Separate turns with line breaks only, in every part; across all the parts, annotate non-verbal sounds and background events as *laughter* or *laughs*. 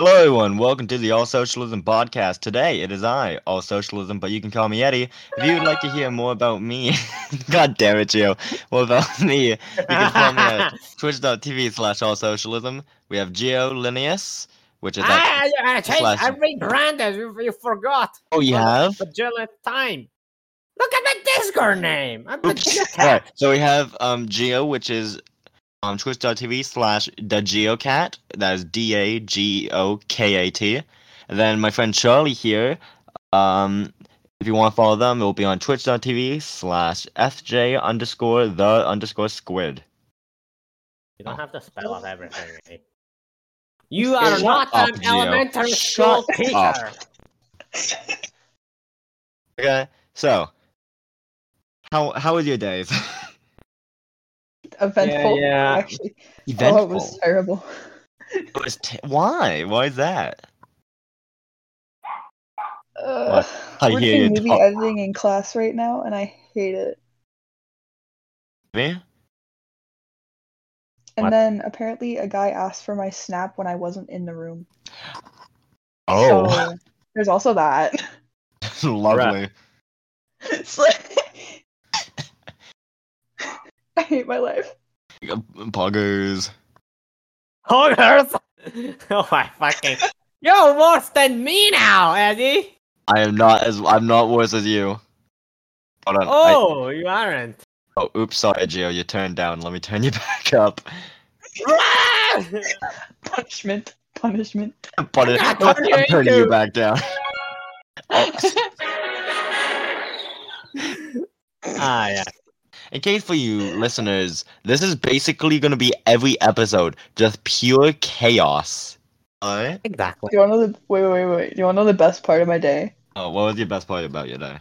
Hello and welcome to the All Socialism podcast. Today it is I, All Socialism, but you can call me Eddie. If you would like to hear more about me, *laughs* God damn it, you, more about *laughs* me, you can follow me at
*laughs*
twitch.tv slash All Socialism. We have Geo Linnaeus, which is at,
I, Ah, I, I changed,
slash-
I rebranded. You, you forgot.
oh you have.
But Jill at time. Look at my Discord name. I'm the
Oops. All right, so we have um Geo, which is um twitch.tv slash the Geocat. That is D A G O K A T. And then my friend Charlie here. Um, if you want to follow them, it will be on twitch.tv slash fj underscore the underscore squid.
You don't have to spell out everything. eh? You are
Shut
not
up,
an
Gio.
elementary
Shut
school teacher.
up. Okay, so how how was your days?
eventful.
Yeah, yeah.
Actually,
*laughs* Eventful.
oh, it was terrible.
It was t- why? Why is that?
Uh,
I
we're
hear you
doing movie
talk.
editing in class right now, and I hate it.
Me?
And
What?
then apparently, a guy asked for my snap when I wasn't in the room.
Oh,
So, there's also that.
*laughs*
*laughs*
lovely.
It's like- *laughs* I hate my life.
Poggers.
Hoggers. *laughs* oh my fucking. You're worse than me now, Eddie.
I am not as I'm not worse as you. Hold on. I-
Oh, you aren't. *laughs*
oh, oops, sorry, Gio, you turned down. Let me turn you *laughs* back up.
Run!
Punishment. Punishment.
But
*laughs*
it,
God, what are
I'm
you
turning you
into?
back down.
*laughs*
ah, yeah.
In case for you listeners, this is basically going to be every episode, just pure chaos. All right.
Exactly.
Do you want to know the wait, wait, wait, wait? Do you want to know the best part of my day?
Oh, what was your best part about your day?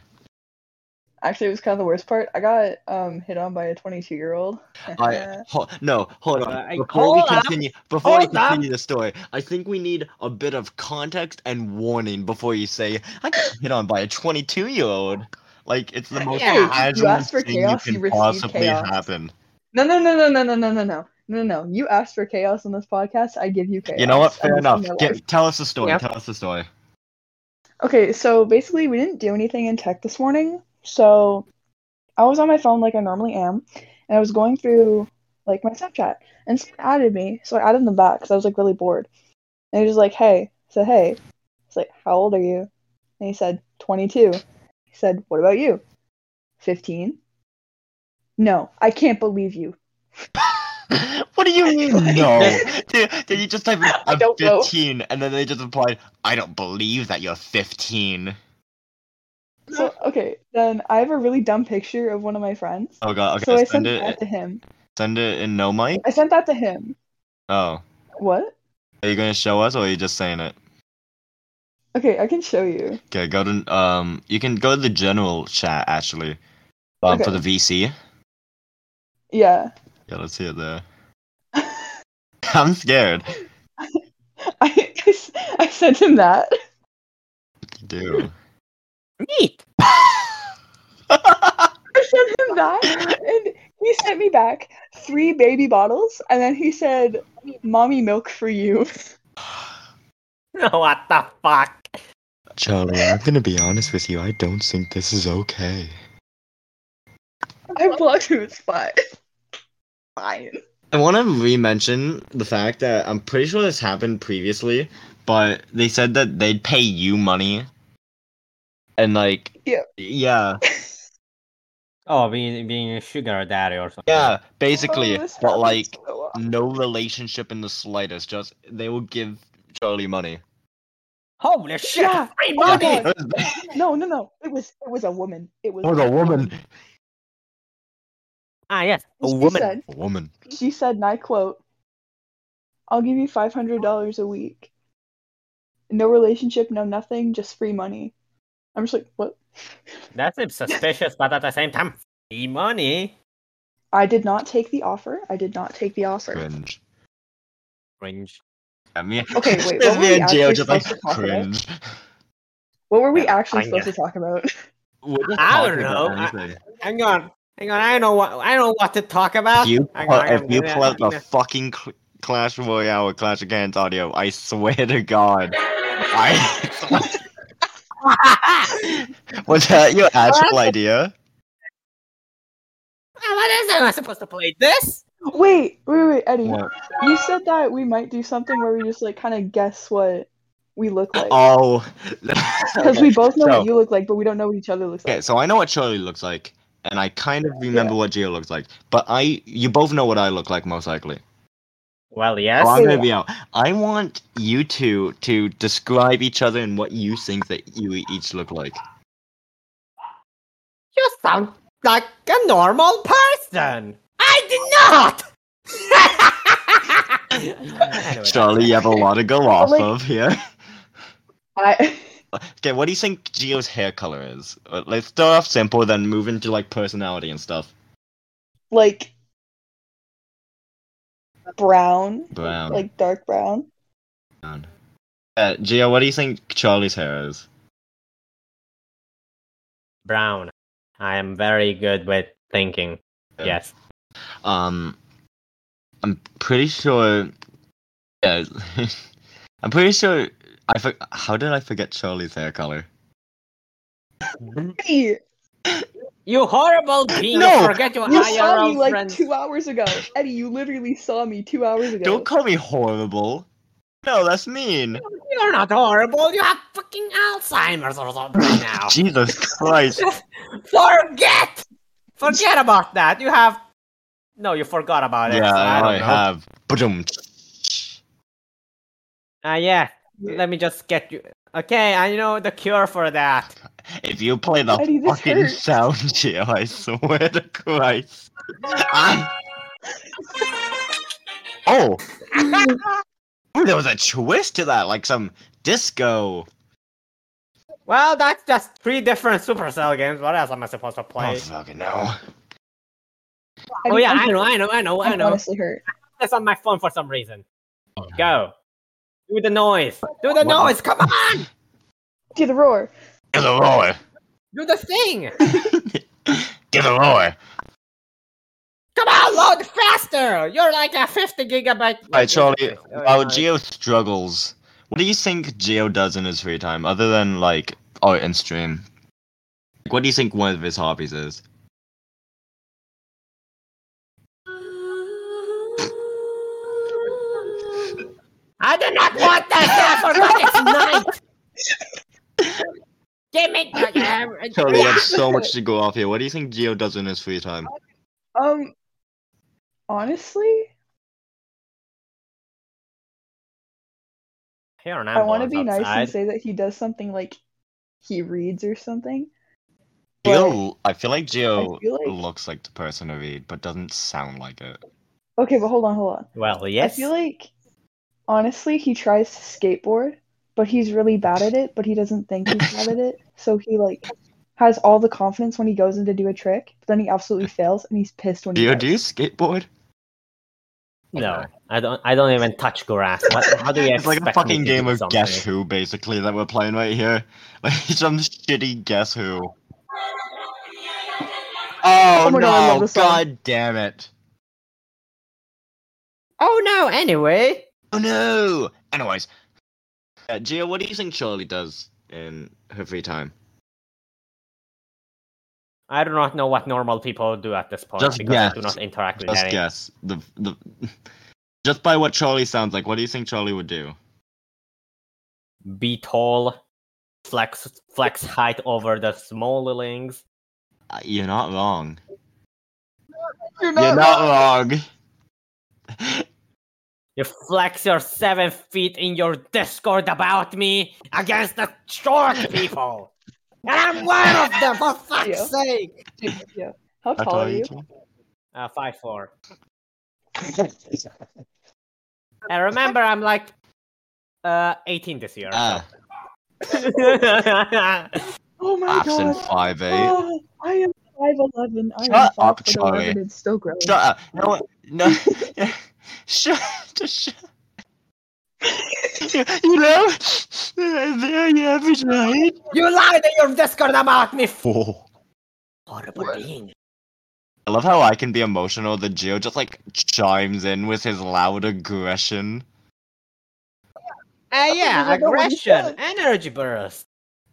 Actually, it was kind of the worst part. I got um hit on by a 22 year old. *laughs*
I ho- no, hold on.
Uh, I-
before we
hold up.
continue, before we
Hold up.
continue the story, I think we need a bit of context and warning before you say I got hit on by a 22 year old. Like it's the most
Uh, Yeah.
yeah,
You
casual
asked for
thing
chaos,
you
you
can
received
possibly
chaos.
happen.
No, no, no, no, no, no, no, no, no, no, no. You asked for chaos on this podcast. I give you chaos.
You know what?
I'm
Fair
risking
enough.
my life.
Get, tell us the story.
Yep.
Tell us the story. *laughs*
Okay, so basically, we didn't do anything in tech this morning. So I was on my phone like I normally am, and I was going through like my Snapchat, and someone added me. So I added them back because I was like really bored. And he was just like, "Hey," I said, "Hey." I was like, "How old are you?" And he said, "22." He said, "What about you?" "15." No, I can't believe you.
what do you
*laughs*
mean?
*laughs*
No. did, did you just type in
I
I'm
don't know.
15 and then they just replied, I don't believe that you're 15.
So okay, then I have a really dumb picture of one of my friends.
Oh god. Okay.
so I
send
sent
it.
that to him.
Send it in no mic.
I sent that to him.
Oh.
What?
Are you gonna show us, or are you just saying it?
Okay, I can show you.
Okay, go to um. You can go to the general chat actually, um, for
Okay.
the VC.
Yeah. *laughs*
Yeah, let's see it there.
I,
I'm scared.
I, s- I sent him that. *laughs*
You do.
Neat.
I sent him that, and he sent me back three baby bottles, and then he said, "Mommy milk for you."
*laughs*
*laughs*
what the fuck?
Charlie, I'm gonna be honest with you. I don't think this is okay.
I blocked him. It's fine. Fine.
I want to re-mention the fact that I'm pretty sure this happened previously, but they said that they'd pay you money, and like,
Yeah.
yeah,
Oh, being being a sugar daddy or something.
yeah, basically,
Oh, this
but
happens
like.
so often.
no relationship in the slightest. Just they will give Charlie *laughs* money.
Holy shit!
Yeah.
Free
Oh my
money.
God.
That was-
No, no, no. It was it was a woman. It was.
that was a
*laughs*
woman.
Ah yes, a
She
woman.
said-
A woman.
she said, and I quote, I'll give you $500 a week. No relationship, no nothing, just free money. I'm just like, what?
That seems suspicious, but at the same time, free money.
I did not take the offer. I did not take the offer.
Cringe.
Cringe.
I mean,
*laughs* Okay,
*laughs*
wait,
this
what were we
man Gio
actually
just like
supposed to talk about?
cringe.
What were we
Yeah,
actually
fine,
supposed to talk about? *laughs*
We're just
I
talking
don't
about
know, I-
anything.
Hang on, hang on. I know what I know what to talk about.
If you
Hang
pull,
on, hang
if
on,
you
give me a- *laughs*
pull out
give
the
me a-
fucking cl- Clash Royale or Clash of Clans audio. I swear to God.
*laughs*
I *laughs* was that your actual idea?
what is it? Am I supposed to play this?
Wait, wait, wait, Eddie.
What?
You said that we might do something where we just like kind of guess what we look like
Oh,
*laughs* because we both know
so-
what you look like, but we don't know what each other looks
Okay,
like.
so I know what Charlie looks like, and I kind of remember what Gio looks like, but I you both know what I look like most likely.
Well,
So
yes.
I'm gonna be out. I want you two to describe each other and what you think that you each look like.
You sound like a normal person. I did not. *laughs* Anyway,
Charlie, you have a lot to
*laughs*
go off
like-
of here.
I *laughs*
Okay, what do you think Gio's hair color is? Uh, Let's start off simple, then move into like personality and stuff.
like brown,
Brown.
like dark brown.
brown. Uh, Gio, what do you think Charlie's hair is?
Brown. I am very good with thinking.
Yeah.
Yes.
Um, I'm pretty sure. Yeah, *laughs* I'm pretty sure. I for, how did I forget Charlie's hair color?
Hey,
You horrible being!
No,
forget *laughs* your
you
IRL
saw me like
friends.
two hours ago, Eddie. You literally saw me two hours ago. *laughs*
Don't call me horrible. No, that's mean.
You're not horrible. You have fucking Alzheimer's or
*laughs*
something now.
Jesus
*laughs*
Christ.
Forget. Forget about that. You have. No, you forgot about it.
yeah,
so I
I,
don't
already
know.
have. Boom.
Ah, yeah. Let me just get you. Okay, I know the cure for that.
If you play the
Eddie, this
fucking
hurts.
sound *laughs* here, I swear to Christ. I'm- oh, ooh, there was a twist to that, like some disco. Oh,
well, that's just three different Supercell games. What else am I supposed to
Oh,
play?
fucking no.
Oh,
Eddie,
yeah,
I'm-
I know, I know, I know, I
I'm Oh.
know.
honestly hurt.
That's on my phone for some reason. Go. Do the noise. Do the
Wow.
noise. Come on.
Do the roar.
Give the roar.
Do the thing.
Give a roar.
Come on, load faster. You're like a 50 gigabyte.
Alright, Charlie,
Oh,
while
yeah.
Geo struggles, what do you think Geo does in his free time other than like art and stream? Like, what do you think one of his hobbies is?
I do not want that for fucking night.
*laughs*
Give me.
Charlie, you have so much to go off here. What do you think Geo does in his free time?
Um, honestly,
Here
I want to be nice and say that he does something like he reads or something.
Geo, I feel like Geo
I feel like-
looks like the person to read, but doesn't sound like it.
Okay, but hold on, hold on.
Well,
I
yes.
feel like honestly, he tries to skateboard, but he's really bad at it. But he doesn't think he's bad at it, so he like has all the confidence when he goes in to do a trick, but then he absolutely fails and he's pissed when he.
Geo,
does.
do you skateboard?
no, I don't. I don't even touch grass. What, how do you
It's
expect
like a fucking
me to
game
do
of
something?
Guess Who, basically, that we're playing right here. *laughs* Like some shitty Guess Who. Oh,
Oh my God, I love
no!
this song.
God damn it!
Oh no! Anyway,
Oh no! Anyways, uh, Gio, what do you think Charlie does in her free time?
I do not know what normal people do at this point
Just
because
guess.
I do not interact with
Just
any.
guess. The the. *laughs* Just by what Charlie sounds like, what do you think Charlie would do?
Be tall, flex flex height over the smallings.
Uh, You're not wrong.
You're
You're not wrong.
You flex your seven feet in your Discord about me against the short people. And I'm one of them, for fuck's
Yeah.
sake!
Yeah. How tall are you?
Uh, five four. And remember, I'm like uh, 18 this year.
Ah,
*laughs*
Oh my
absent
god.
five eight.
Oh, I am five eleven. I am
Shut
five
up,
foot
Charlie.
11 and still growing.
Shut up. No, no. *laughs* shut. Just
*laughs*
shut. You- You know, *laughs* there you have it, right?
you lied in your Discord about me,
Four.
horrible
What?
being.
I love how I can be emotional. The Geo just like chimes in with his loud aggression.
Uh,
I
yeah,
don't know what you
aggression,
said.
energy burst.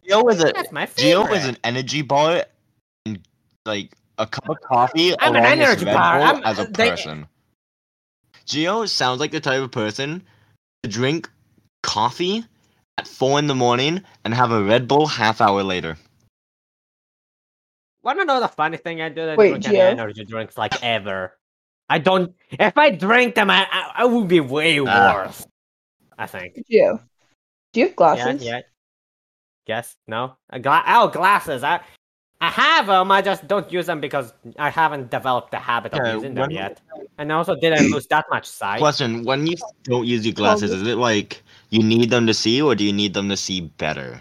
Geo is a
That's my
Geo
favorite.
is an energy bar and like a cup of coffee
I'm an
along with
energy
Red
bar.
Bull
I'm- uh,
as a
they-
person. Geo sounds like the type of person to drink coffee at four in the morning and have a Red Bull half hour later.
Wanna know the funny thing? I don't
Wait,
drink
Gio?
any energy drinks like ever. I don't. If I drink them, I I, I would be way
Ah.
worse. I think.
you? Do you have
Yeah,
glasses?
yeah. Yes. No. A gla- oh, glasses. I I have them. I just don't use them because I haven't developed the habit of
Yeah,
using them
when-
yet, and I also didn't lose that much sight.
Question: When you don't use your glasses, is it like you need them to see, or do you need them to see better?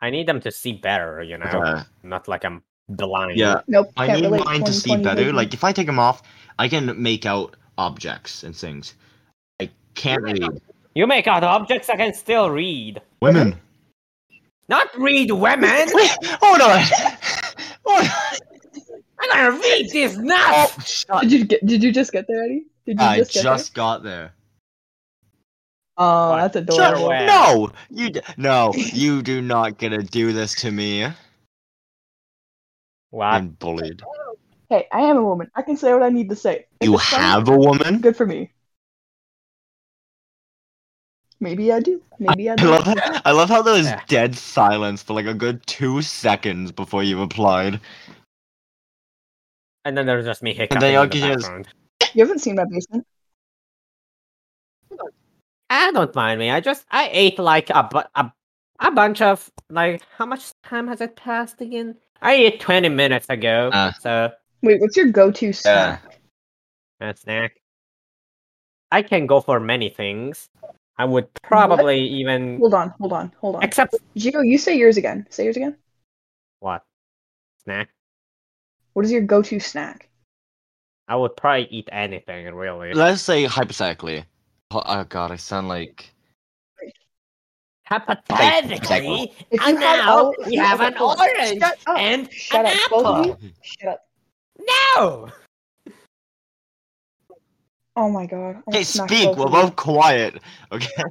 I need them to see better. You know,
Uh,
not like I'm blind.
yeah,
Nope.
I
can't
need
relate.
mine to see
20/20
better.
vision.
Like if I take them off, I can make out objects and things. I can't read.
You make out objects. I can still read.
Women.
Not read women.
Wait, hold on. Hold on.
*laughs*
I gotta read these
Oh,
nuts.
shut.
Did you get? Did you just get there, Eddie? Did you
*laughs* I
just
just,
get
got there.
there? Oh,
What?
that's
Shut-
adorable.
away.
no, you d- no, you do not gonna do this to me.
Wow.
I'm bullied.
Hey, I am a woman. I can say what I need to say. If
You
it's funny,
have a woman.
Good for me. Maybe I do. Maybe I
I
do.
love, how, I love how there was
Yeah.
dead silence for like a good two seconds before you replied.
And then there's just me hiccuping
then
in
Yoki
the
just-
background.
You haven't seen my basement.
Ah, don't mind me. I just I ate like a bu- a a bunch of like how much time has it passed again? I ate twenty minutes ago.
Ah.
so
Wait, what's your go-to snack?
a snack. I can go for many things. I would probably even
Hold on, hold on, hold on.
except
Gio, you say yours again. Say yours again.
what snack.
What is your go-to snack?
I would probably eat anything really.
Let's say hypothetically. Oh, oh god, I sound like
Hypothetically,
If you
and
had
now
all- if
we
you-
have
okay,
an
hold on.
orange
*laughs* Shut up.
and
Shut
an
up, both of
apple.
you. Shut up.
No.
Oh my god. I
Okay,
almost knocked
speak,
both
we're
of you.
both quiet. *laughs* Okay.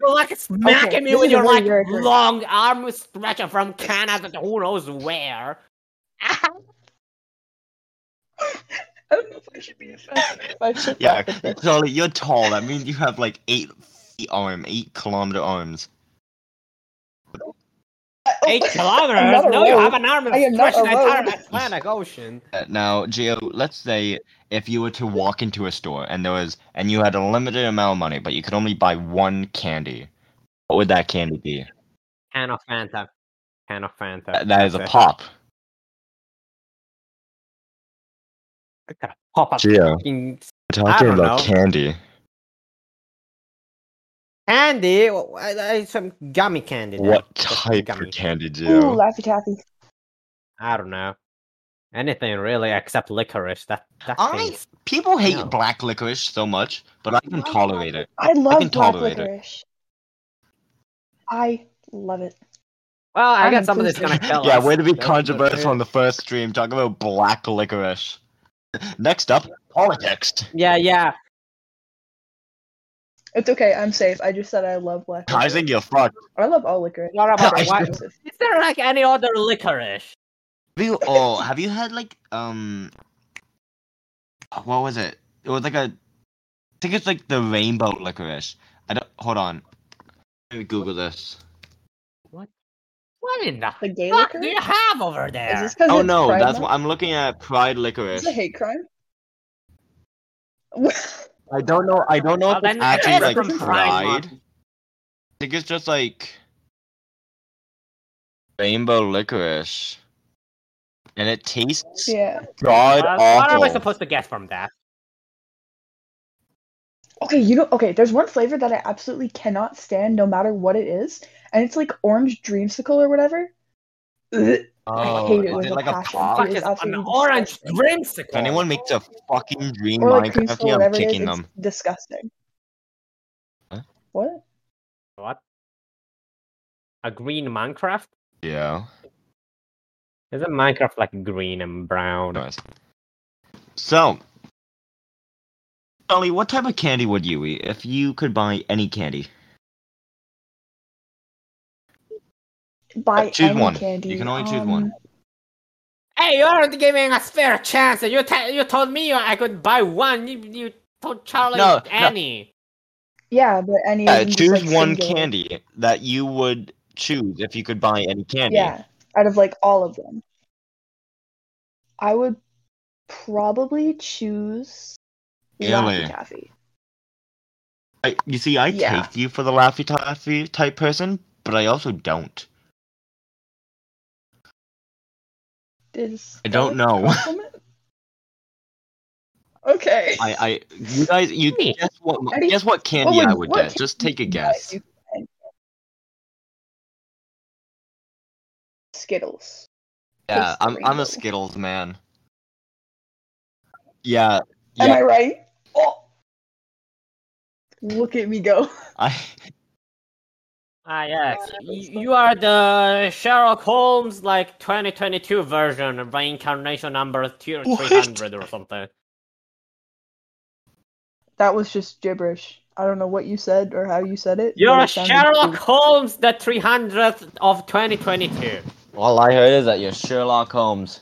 You're like smacking
Okay,
me
this
with
is
your
where
like
you're hurt.
long arm stretcher from Canada to who knows
*laughs*
where.
I don't know if I should be offended. If I should Uh,
Yeah.
laugh at this.
Charlie, you're tall. That means you have like eight feet arm, eight kilometer arms.
oh,
Eight
I'm not
kilometers?
a
No, you
rogue.
have an arm
I am not
stretch the
a rogue.
entire Atlantic Ocean.
Uh, Now, Gio, let's say if you were to walk into a store and there was and you had a limited amount of money, but you could only buy one candy. What would that candy be? Uh,
Can of Fanta. Can of Fanta.
That- that is a
That's it.
pop.
I gotta Pop up.
Gio.
fucking
We're
I
talking
don't
about
know.
candy.
Candy, Well, I, I, some gummy candy. then.
What
Just
type
gummy.
of candy,
Ooh,
Gio?
Laffy Taffy.
I don't know. Anything really except licorice. That that
I-
thing's-
People hate
No.
black licorice so much, but I can tolerate it.
I love black
tolerate it.
licorice. I love it.
Well, I
I'm
got something that's gonna
inclusive.
kill
yeah,
us.
way to be
That's for
controversial
sure.
on the first stream. Talk about black licorice. Next up, politics.
Yeah, yeah.
It's okay. I'm safe. I just said I love black.
Kaisen, you're fucked.
I love all licorice.
What about
*laughs* I
why- Is there like any other licorice?
Have you all? Have you had like um? What was it? It was like a. I think it's like the rainbow licorice. I don't. Hold on. Let me Google this.
What in the
The gay
fuck do
licorice?
you have over there?
Is this because
Oh
it's
no,
Pride
that's
Month?
what I'm looking at. Pride licorice.
Is it a hate
*laughs*
crime? *laughs*
I don't know. I don't know
Well,
if it's
then it
actually
is
like
from
pride.
Pride Month.
I think it's just like rainbow licorice, and it tastes
yeah.
god
Well, Uh, what
awful.
am I supposed to guess from that?
Okay, you know, okay, there's one flavor that I absolutely cannot stand no matter what it is, and it's like orange dreamsicle or whatever. Ugh.
Oh,
hate it
is
with a
like a
passion.
pop?
Fuck
is
is an
absolutely
orange
disgusting.
dreamsicle.
If anyone makes a fucking dream
Or like
Minecraft,
creamsicle,
yeah, I'm
whatever it is,
kicking
it's
them.
disgusting.
Huh?
What?
What? A green Minecraft?
Yeah.
Isn't Minecraft like green and brown?
Anyways. So, Ollie, what type of candy would you eat if you could buy any candy?
Buy
Uh, choose
any
one.
candy. um,
You can only choose one.
Hey, you aren't giving us fair chance. You t- you told me I could buy one. You, you told Charlie
No, no.
any.
Yeah, but any.
Yeah,
of them just,
Uh, choose
like,
one
singular.
candy that you would choose if you could buy any candy.
Yeah, out of like all of them, I would probably choose
Really?
Laffy Taffy.
I, you see, I
Yeah.
take you for the Laffy Taffy type person, but I also don't.
Is
I don't
that a
know. *laughs*
compliment? okay.
I, I, you guys, you
Me.
guess what?
How do you-
guess what candy
What
I would
what
get?
candy
Just take a
would you
guess.
buy? You- Skittles.
Yeah,
Just
I'm, I'm
rainbow.
a Skittles man. *laughs* Yeah,
Am
Yeah.
I right? Oh. Look at me go.
I.
Ah, yes.
Yeah, that's
You, you are the Sherlock Holmes, like 2022 version, reincarnation number two,
What?
300 or something.
*laughs* That was just gibberish. I don't know what you said or how you said it.
You're
but it sounded
Sherlock
stupid.
Holmes, the 300th of 2022.
All I heard is that you're Sherlock Holmes.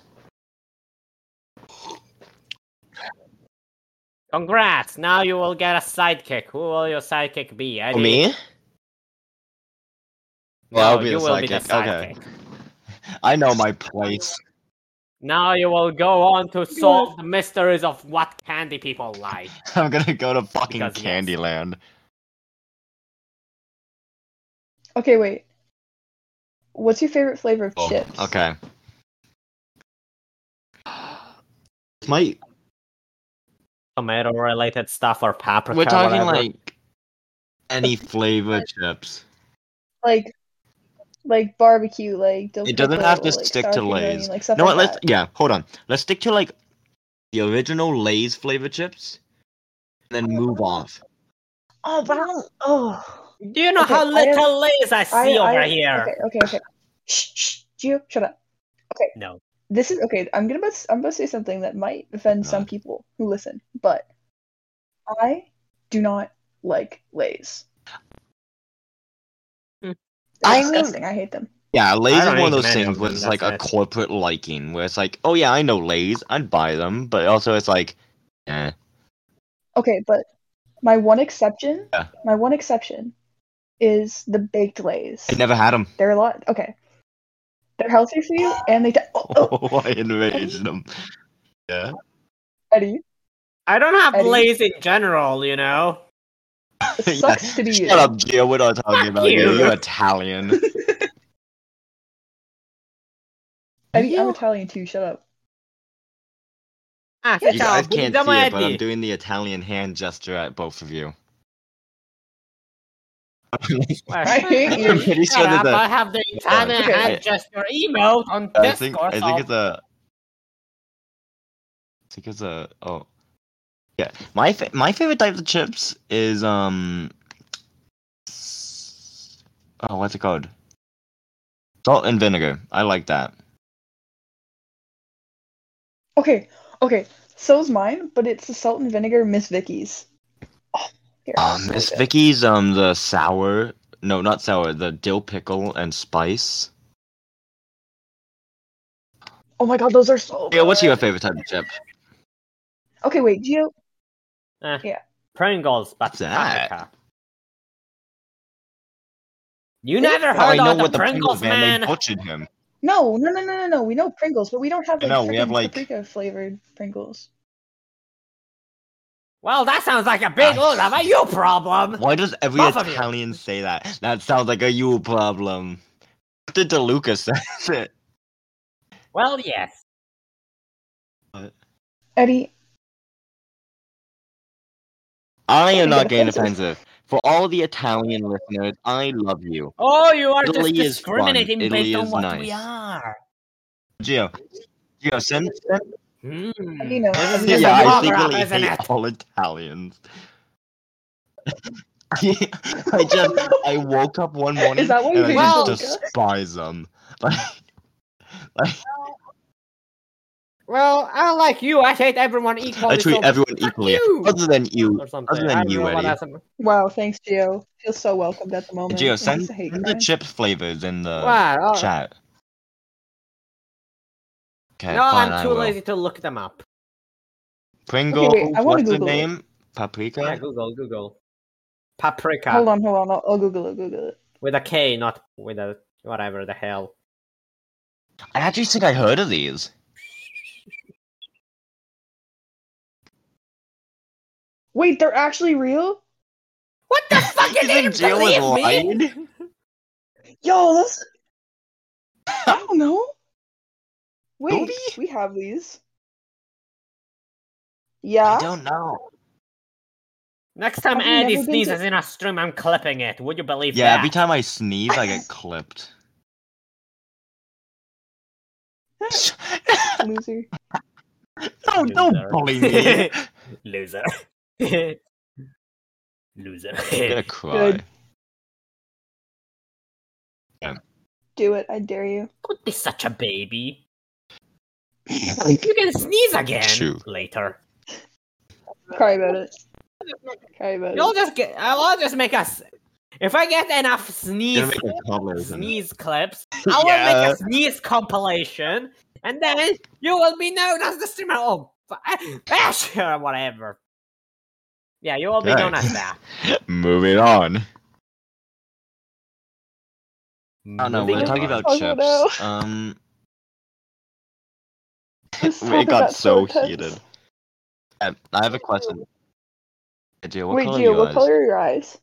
Congrats! Now you will get a sidekick. Who will your sidekick be? Eddie?
me?
No,
Yeah, I'll be
you
the
will be the
psychic. Okay,
sidekick.
I know my place. *laughs*
Now you will go on to solve the mysteries of what candy people like.
I'm gonna go to fucking
Because yes.
Candyland.
Okay, wait. What's your favorite flavor of
Oh,
chips?
Okay. My,
Tomato related stuff or paprika.
we're talking
whatever.
like any flavor chips.
Like, like barbecue, like dill
It doesn't
pickle,
have to
like
stick
sour
to
cream onion,
Lay's.
Like stuff
No, what, *laughs*
like
let's
that.
yeah, hold on. Let's stick to like the original Lay's flavor chips, and then move off.
Oh, but I don't. Oh.
Do you know
Okay,
how
I have-
little lays I see
I-
over
I-
here?
Okay, okay, okay. Shh, shh. Gio, shut up.
No.
This is okay. I'm gonna about, I'm about to say something that might offend some
God.
people who listen, but I do not like Lay's.
Hmm.
They're
I mean-
disgusting. I hate them.
Yeah, Lay's is
don't
one of
eat
those
many
things
of
where
them,
it's like a
that's it.
corporate liking, where it's like, oh yeah, I know Lay's, I'd buy them, but also it's like, eh.
Okay, but my one exception,
Yeah.
my one exception is the baked Lays.
I never *laughs* had them.
They're a lot. Okay, they're healthy for you, and they. ta oh, oh,
*laughs* Oh, I enraged them. Yeah.
Eddie,
I don't have
Eddie?
lays in general, you know?
*laughs*
it sucks to be you.
Shut up, Gio. We're not talking
Fuck
about you.
you.
You're *laughs* Italian.
Eddie, I'm Italian too. Shut up.
Ah,
You
You
ciao,
guys can't
buongiorno,
see it, but I'm
Eddie.
doing the Italian hand gesture at both of *laughs* you. *laughs*
Well,
I hate you.
I'm pretty
Shut
sure
up,
that
I
the,
have the Italian
Okay.
hand gesture emote on
I
Discord.
think I
so-
think it's a I think it's a oh yeah my fa- my favorite type of chips is um oh what's it called salt and vinegar I like that
Okay, okay. So's mine, but it's the salt and vinegar Miss Vicky's. Oh, here,
um
so
Miss
good.
Vicky's um the sour no not sour the dill pickle and spice
Oh my god, those are so.
yeah what's
good.
your favorite type of chip
Okay, wait, Gio.
Eh,
Yeah.
Pringles, but
What's that?
paprika. You never heard
Oh, I know
of the
what the
Pringles, man.
they butchered him
No, no, no, no, no, no. We know Pringles, but we don't have like,
No, we have,
freaking
like-
paprika flavored Pringles.
Well, that sounds like a big oh, old have a you problem.
Why does every
Both of you.
Italian say that? That sounds like a you problem. What did DeLuca says it?
Well, yes.
Eddie,
*laughs* I am
Don't
not
get
getting
offensive.
offensive. For all the Italian listeners, I love you.
Oh, you are
Italy
just
is fun.
discriminating
Italy
based on
is
what
nice.
we are.
Gio. Gio, send, send,
Hmm.
Eddie knows.
This
send
is
me
just
yeah,
a
I
cover up,
secretly
isn't
hate
it?
all Italians. *laughs* I just I woke up one morning
that why you
and I *laughs*
hate
just
DeLuca?
despise them. Like, like
Well, I like you. I hate everyone equally.
I treat
so
everyone
fuck
equally.
you!
Other than you,
or something.
other than
I don't
you,
know what
Eddie.
else I'm-
*laughs* Wow, thanks, Gio. Feels so welcomed at the
Oh
moment.
Gio,
It's
send,
just a hate
send the
crime.
chip flavors in the
Wow, all right.
chat. Okay,
No,
fine,
I'm
I
too
will.
lazy to look them up.
Pringle,
Okay, wait, I wanna
what's the
Google it.
name?
Yeah,
Paprika?
Google, Google. Paprika.
Hold on, hold on. I'll, I'll Google it. Google it.
With a K, not with a whatever the hell.
I actually think I heard of these.
Wait, they're actually real?
What *laughs* the fuck?
Isn't
You didn't
Gio was
believe me?
lying?
Yo, that's. I don't know. Wait,
we?
we have these.
I
Yeah.
don't know.
Next time
Have you
Andy
never been to-
sneezes in a stream, I'm clipping it. Would you believe
Yeah,
that?
every time I sneeze, I *laughs* get clipped.
*laughs* Loser.
don't Oh, don't
Loser.
bully me. I'm
*laughs* Loser. Loser.
*laughs*
*laughs*
gonna cry.
Good. Do it. I dare you.
Don't be such a baby. You can sneeze again
Shoo.
later.
Cry about it. Cry about
You'll
it.
just get. I'll just make us. If I get enough
Gonna
sneeze
make a cobbler, isn't it?
sneeze clips, I will make a sneeze compilation, and then you will be known as the streamer. Oh, fu- ah, sure, whatever. Yeah, you will be known
Okay.
as
*laughs*
that.
Moving on. Oh no,
Moving
we're talking
on.
about
Oh,
chips.
no. *laughs*
Um,
Let's talk
it got
about
so
soda cups.
heated. Um, I have a question. Uh, Gio, what
Wait,
color are
Gio, what
yours?
color are your eyes?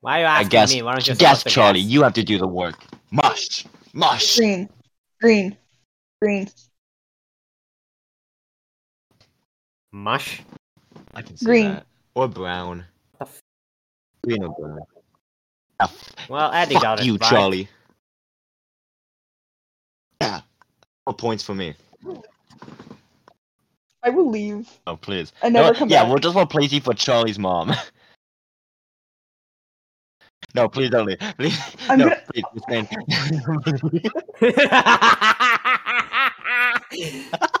Why are you
I
asking
guess.
me? Why don't you
guess,
supposed to
Charlie.
guess?
You have to do the work. Mush, mush.
Green. Green. Green.
mush.
I can see
Green.
that. Or brown.
The f-
Green or brown.
Well, Eddie
Fuck
got it
you,
right. *laughs*
Charlie. Yeah. Four points for me.
I will leave.
Oh please.
I
No,
never come
yeah,
back.
we'll just replace you for Charlie's mom. *laughs* no, please don't leave. Please,
I'm
no,
gonna-
please, this man.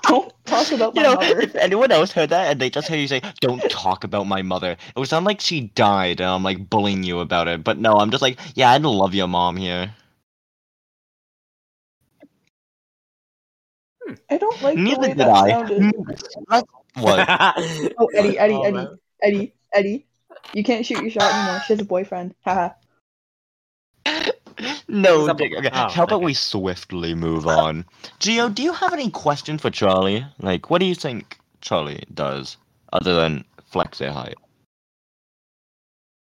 Don't
*laughs*
talk about my
you know,
mother.
if anyone else heard that and they just heard you say, "Don't talk about my mother," it would sound like she died, and I'm like bullying you about it. But no, I'm just like, yeah, I love your mom here.
I don't like the
Neither
way
did
that
I. *laughs*
sounded.
That's what?
Oh, Eddie, Eddie,
Oh,
Eddie,
man.
Eddie, Eddie. You can't shoot your shot anymore. She has a boyfriend. Haha.
No,
Example-
Dick. Okay,
Oh,
how about
okay.
we swiftly move on? Gio, do you have any questions for Charlie? Like, what do you think Charlie does other than flex their height?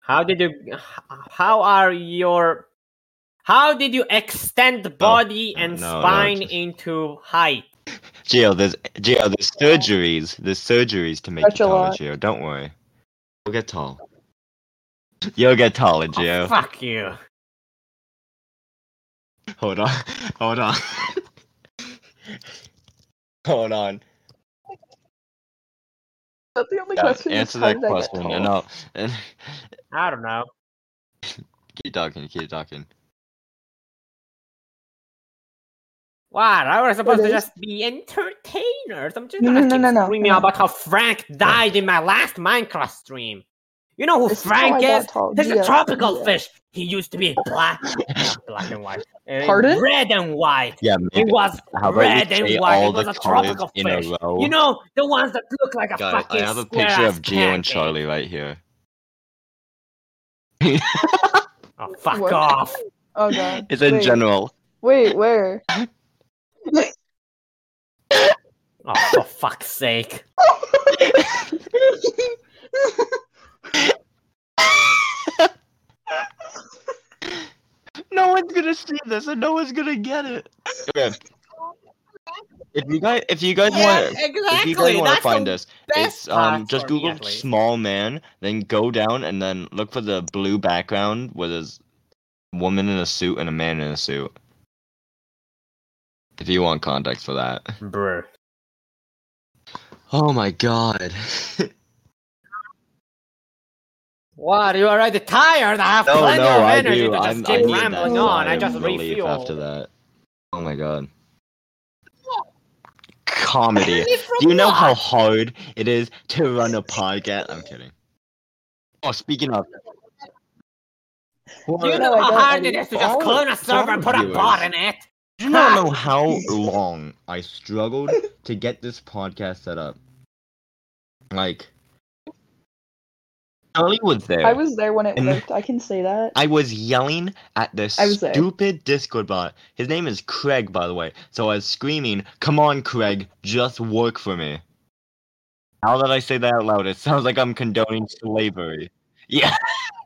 How did you? h- How are your? How did you
Oh,
extend body and
no, no,
spine
just-
into height?
Gio, there's Gio, there's surgeries. There's surgeries to make
That's
you
a
taller,
lot.
Gio. Don't worry. You'll get tall. You'll get taller,
Oh,
Gio.
fuck you!
Hold on. *laughs* Hold on. Hold on.
But the only
Yeah,
question
answer
is how
that
did I get
question, and
tall?
I'll *laughs* and
I don't know.
keep talking. Keep talking.
What? I was supposed to
is?
just be entertainers. I'm just
No,
I
no, no,
keep
no, no,
screaming
no.
about how Frank died in my last Minecraft stream. You know who
This is how I
Frank
got
is?
tall.
He's
Gio,
a tropical
Gio.
fish. He used to be black, *laughs* not black and white. Uh,
Pardon?
Red and white.
Yeah,
It
maybe.
was
How about
red
you say
and white.
all
It was
the
a
colors
tropical
in a
fish.
row?
You know the ones that look like a
Guys, I
fucking.
have a
square
picture
ass
of Gio and
pancake.
Charlie right here.
Oh, fuck
What?
off!
Oh god.
It's in
Wait.
general.
Wait, where?
Oh, for fuck's sake!
No one's gonna see this, and no one's gonna get it. Okay. If you guys, if you guys want, if you guys want to find us, it's um just Google small man, then go down and then look for the blue background where there's a woman in a suit and a man in a suit. If you want context for that.
Bruh.
Oh my god. *laughs*
What? You already tired? I have
no,
plenty
no,
of
I
energy
do.
to just
I'm, I
keep
need that.
rambling on. I
am
just
relief
refuel.
after that. Oh my god. comedy. Do you know how hard it is to run a podcast? I'm kidding. Oh, speaking of.
Do you
Well,
know
I
how
don't
hard it is to just
all-
clone a server and put a
viewers.
bot in it?
do you not
*laughs*
know how long I struggled to get this podcast set up? Like, Charlie was there.
I was there when it
And-
worked. I can say that.
I was yelling at this
I was there.
stupid Discord bot. His name is Craig, by the way. So I was screaming, "Come on, Craig, just work for me." Now that I say that out loud, it sounds like I'm condoning slavery. *laughs* Yeah,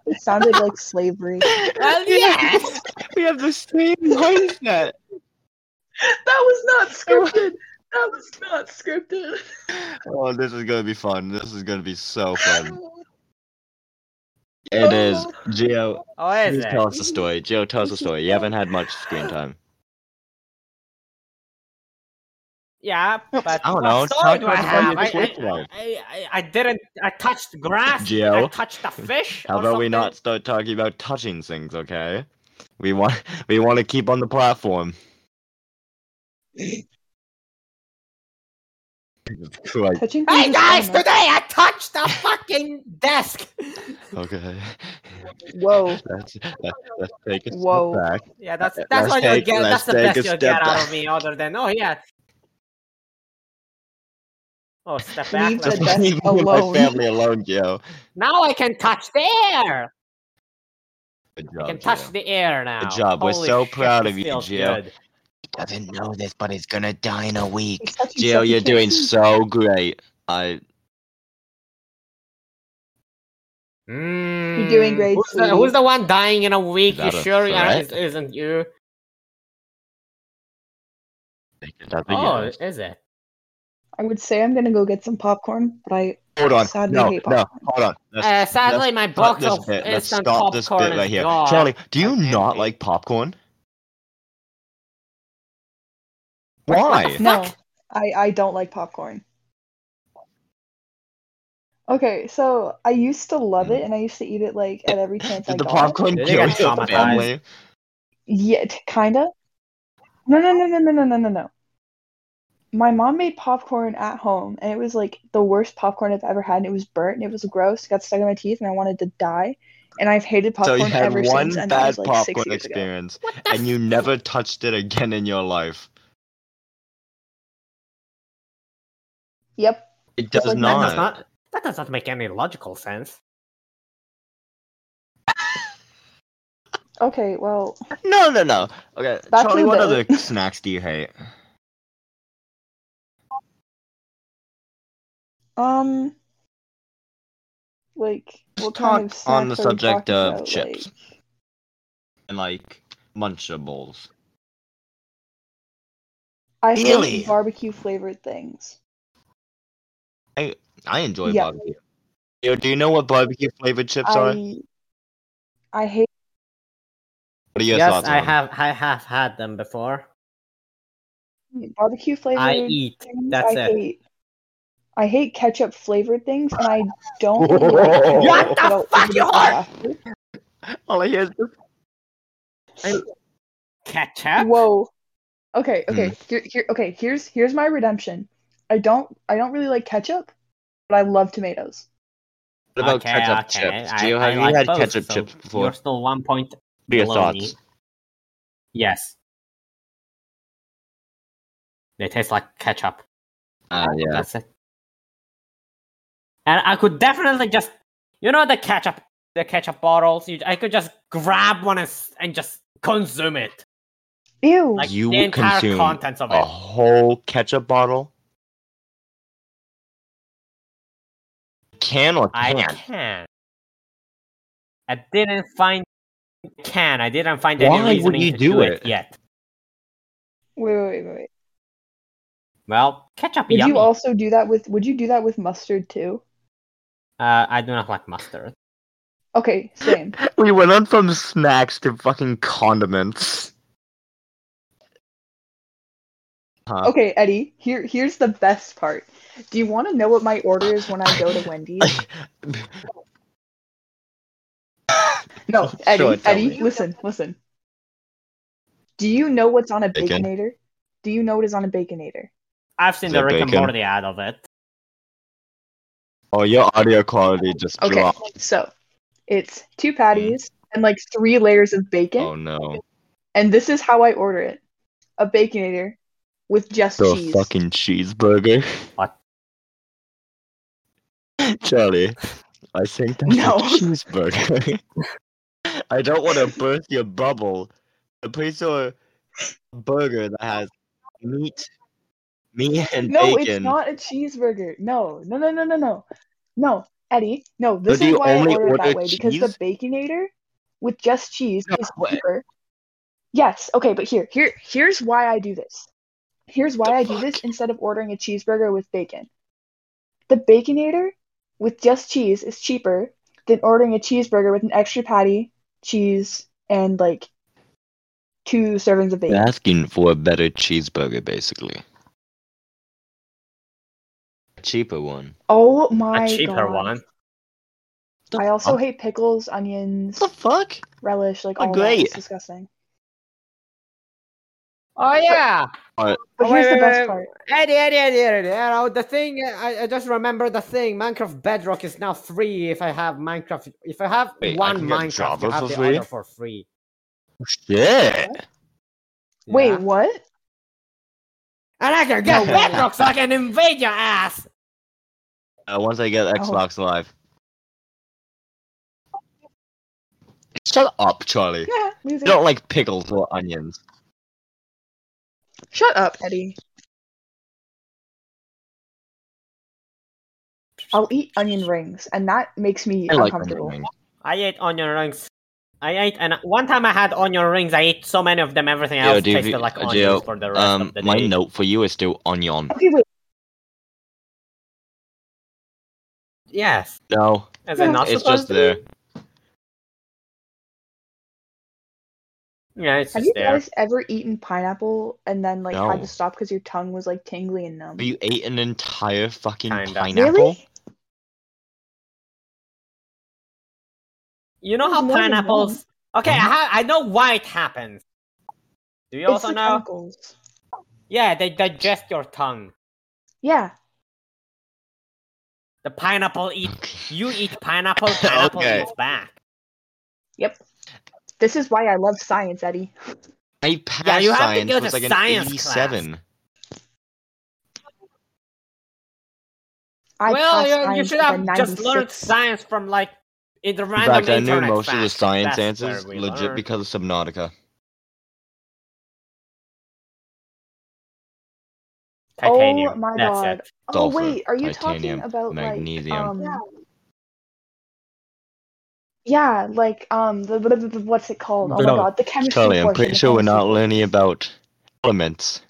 It sounded like *laughs* slavery.
Well, yes.
*laughs* we have the same mindset.
That was not scripted. That was not scripted.
Oh, this is gonna be fun. This is gonna be so fun. It is. Gio,
Oh, is
please
it?
tell us a story. Gio, tell us a story. You haven't had much screen time. *laughs*
Yeah, but
I don't
what
know,
story
talk
do I
about the
have? I,
funniest
I,
thing about.
I, I, I didn't. I touched grass. I
Gio,
touched a fish.
How
or
about we
something.
not start talking about touching things, okay? We want *laughs* we want to keep on the platform. Jesus Christ.
*laughs* Touching
Hey
things is
guys,
fun,
today I touched a fucking desk.
*laughs* Okay.
huh? Whoa.
*laughs* Let's, let's, let's take a
Whoa.
step back.
Yeah, that's
Let's
that's what you'll
take-
get.
let's
That's the
take
best
a
you'll
step
get out
back.
of me, other than oh yeah. Oh, step back.
Leave
*laughs* Just
let's go.
the desk
leave me and my
alone.
family alone, Gio.
Now I can touch the air.
Good
I can
job,
touch
Gio.
the air now.
Oh, job. We're
Holy
so
shit,
proud
this
of you,
feels
Gio.
good.
He doesn't know this, but he's gonna die in a week.
*laughs* It's touching stuff
Gio,
you
you're
can't
doing
see.
so great. I
You're
doing great,
Mm. Who's the,
sweetie.
who's the one dying in a week?
Is
You
that a
sure are-
threat?
is- isn't you?
think it doesn't
Oh,
yes.
is it?
I would say I'm gonna go get some popcorn, but I
hold on.
sadly
No,
hate
no,
popcorn.
hold on. Let's
Uh, sadly, my
stop
box
this
of
bit. Let's
instant
stop this
popcorn
bit
is
right here.
gone.
Charlie, do you
I'm
not
empty.
like popcorn?
What- what the
Why?
No,
fuck?
I I don't like popcorn. Okay, so I used to love it, and I used to eat it like at every chance I
Did Mm. the
got.
popcorn
They
kill
got
your
traumatized.
family?
Yeah, t- kinda. No, no, no, no, no, no, no, no, no. My mom made popcorn at home, and it was like the worst popcorn I've ever had, and it was burnt, and it was gross. It got stuck in my teeth, and I wanted to die. And I've hated
So
popcorn
you had
ever
one
since, and that
bad
was like six
popcorn
years ago.
experience,
What the
and you never touched it again in your life.
Yep.
It
Just
does
like that.
That
not.
does not. That does not make any logical sense.
Okay, well,
No, no, no. Okay,
Back
Charlie,
to
what
the- *laughs*
other snacks do you hate?
um, like what
Talk
kind of
on the
snacks are we
subject
talking
of
about?
chips.
Like,
And like munchables.
I hate
Really?
barbecue flavored things.
I enjoy
Yeah.
barbecue. Yo, do you know what barbecue flavored chips are? What
I I hate
are your
yes,
thoughts
I
on?
have. I have had them before.
barbecue
I e
flavored
eat.
things
That's
I
it.
hate. I hate ketchup flavored things, and I don't. really like ketchup
What
the
without
fuck, you
eating it after.
All I hear is this-
Ketchup.
Whoa. Okay. Okay. Here, here. Okay. Here's here's my redemption. I don't. I don't really like ketchup, but I love tomatoes.
What about
okay,
ketchup
okay.
chips?
I,
Do you
I
have you
like
had
both,
ketchup
so
chips before?
You're still one point
What are your
below
thoughts?
me. Yes. They taste like ketchup.
Ah, yeah.
That's it. And I could definitely just, you know, the ketchup, the ketchup bottles. You, I could just grab one and, s- and just consume it,
Ew.
like
You
the entire
consume
contents of it.
A whole ketchup bottle? Can or
I
can't?
can. I didn't find can. I didn't find
Why would
any reasoning
you
to
do
do it?
it?
yet.
wait. Wait. Wait. Wait.
Well, ketchup.
Would
yummy.
you also do that with? Would you do that with mustard too?
uh, I do not like mustard.
Okay.
*laughs*
Same.
We went on from snacks to fucking condiments. Huh?
Okay, Eddie. Here. Here's the best part. Do you want to know what my order is when I go to Wendy's?
*laughs*
*laughs*
No,
Sure,
Eddie,
tell
Eddie,
me.
listen, listen. Do you know what's on a
Bacon?
baconator? Do you know what is on a baconator?
I've seen
Is
the
it
Rick and
bacon?
Morty ad of it.
*laughs* Oh, your audio quality just
Okay,
dropped.
so it's two patties and like three layers of bacon,
Mm. Oh no.
and this is how I order it: a baconator with just
The
cheese.
fucking cheeseburger.
What?
*laughs* Charlie, I think that's
No. *laughs*
a cheeseburger. *laughs* I don't want to burst your bubble. I'm pretty sure a burger that has meat, meat and
no,
bacon.
it's not a cheeseburger. No, no, no, no, no, no, no, Eddie. No, this
do
is
you
why I
only
ordered it that
order
way because the
cheese?
baconator with just cheese
No
is
way.
cheaper. Yes. Okay, but here, here, here's why I do this. Here's why
The
I do this instead of ordering a cheeseburger with bacon. The baconator with just cheese is cheaper than ordering a cheeseburger with an extra patty, cheese, and like two servings of
You're
bacon.
asking for a better cheeseburger, basically. A cheaper one.
Oh
A
my
cheaper
god.
one.
I also
fuck?
hate pickles,
*laughs*
onions,
What the fuck?
relish, like
Oh,
all that.
great.
It's disgusting.
Oh yeah.
But
Oh, wait,
here's the
wait,
best
wait.
part.
Eddie, Eddie, Eddie, Eddie. You know, the thing, I, I just remember the thing. Minecraft Bedrock is now free if I have Minecraft. If I have
Wait, I
one
can get
Minecraft,
Java
you have
for
the
free?
other for free.
Shit.
Wait,
Yeah.
what?
And I can
*laughs*
get
No.
Bedrock so I can invade your ass.
Uh, once I get Xbox Live. Shut up, Charlie. You
Yeah, losing.
don't like pickles or onions.
Shut up, Eddie. I'll eat onion rings, and that makes me
I like
uncomfortable.
onion
I ate onion rings. I ate, and one time I had onion rings. I ate so many of them, everything
Yo,
else
do you-
tasted like
do
onions
you-
for the
rings.
rest
Um,
of the
my
day.
note for you is still onion.
Okay, wait.
Yes.
No,
Is
Yeah.
it not
it's just
supposed to be?
there.
Yeah, it's
Have
just
you
there.
guys ever eaten pineapple and then like had
No.
to stop because your tongue was like tingly and numb?
But you ate an entire fucking
Kinda.
pineapple.
really?
You know how
There's more than Uh-huh.
pineapples. Okay, I, ha- I know why it happens. Do you
It's
also
the
know?
chemicals.
Yeah, they digest your tongue.
Yeah.
The pineapple eat.
Okay.
You eat
*laughs*
pineapple. Pineapple
Okay.
eats back.
This is why I love science, Eddie.
I passed
you have to
science
go
with
to
like
science
an 87.
I passed
well, you, you
science
should
with a
have just learned
96.
science from like in the
In
random
fact, I knew
internet
most of the
facts.
science
That's where
answers
we
legit
learn.
because of Subnautica.
titanium.
Oh my
That's
god.
it.
Oh
Sulfur,
wait, are you
titanium,
talking about
magnesium.
like um Yeah, like um the, the, the- the- what's it called? Oh my
Blow.
god, the chemistry
Charlie, I'm
portion,
pretty
the
sure we're
chemistry
not learning about elements,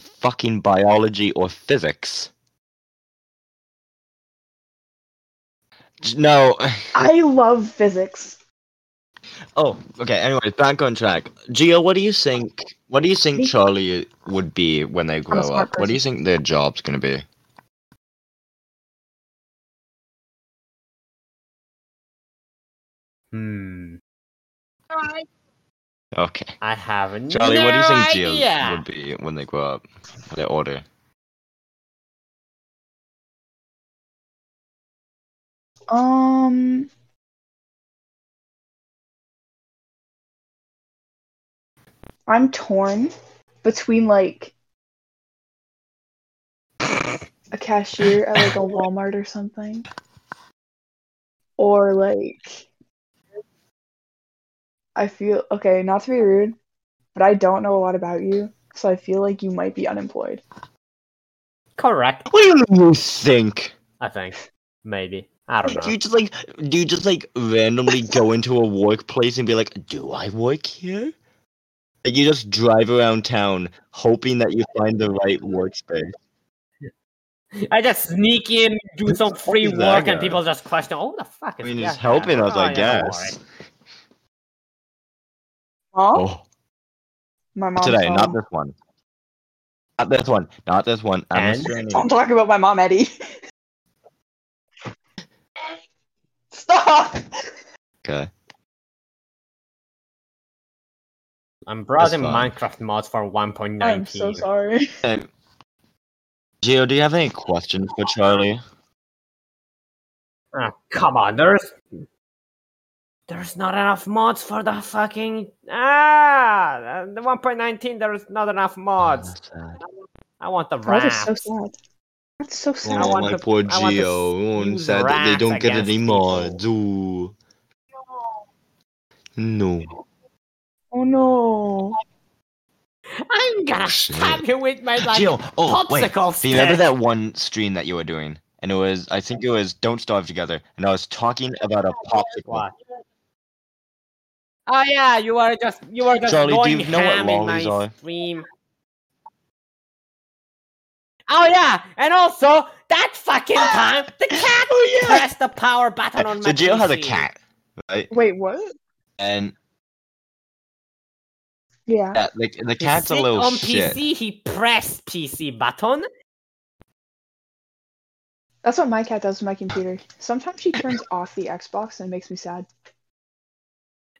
fucking biology or physics. J- No. *sighs*
I love physics.
Oh, okay. Anyway, back on track. Gio, what do you think? What do you think
Me?
Charlie would be when they grow
smart
up? What do you think their job's gonna be?
Hmm.
Okay.
I have
Charlie,
no
what do you think
idea.
Gio would be when they grow up? Their order.
Um I'm torn between like a cashier at like a Walmart or something. Or like I feel okay, not to be rude, but I don't know a lot about you, so I feel like you might be unemployed.
Correct.
What do you think?
I think maybe. I
*laughs*
don't know.
Do you just like do you just like randomly go into a workplace and be like, do I work here? Like you just drive around town hoping that you find the right workspace.
*laughs* I just sneak in, do some free
Who's that
work, and
guy?
people just question, "Oh, the fuck
I
is
mean,
that
it's
guy?"
helping us,
Oh,
I
yeah, don't
guess.
worry.
Huh?
Oh,
My
not
mom.
today, not this one. Not this one. Not this one. I'm
And-
restraining.
Don't talk about my mom, Eddie. Stop.
Okay.
I'm browsing
fine.
Minecraft mods for 1.19.
I'm so sorry.
Um, Geo, do you have any questions for Charlie?
Oh, come on, there's there's not enough mods for the fucking ah the 1.19. There's not
*sighs*
enough mods. I want the
That
rats.
is so sad. That's so sad.
Oh,
want
my
to-
poor
I want to
Geo. Oh, I'm
use
sad that they
rats
don't get
against
any mods. Ooh. No.
Oh no.
I'm gonna
Shit.
stab you with my like
Geo, oh, wait.
popsicle
Do
stick.
you remember that one stream that you were doing? And it was, I think it was Don't Starve Together. And I was talking about a popsicle.
What? Oh yeah, you were just you were just
Charlie, do
going
you know what
ham in
lollies
my
are?
stream. Oh yeah, and also that fucking
Ah!
time
*laughs*
the cat
Oh,
pressed the power button on my.
So Geo has a
PC.
cat, right?
Wait, what?
And
Yeah.
yeah, like the
He
cat's a
sit
little
on
shit.
PC. He pressed PC button.
That's what my cat does to my computer. Sometimes she turns off the Xbox and it makes me sad.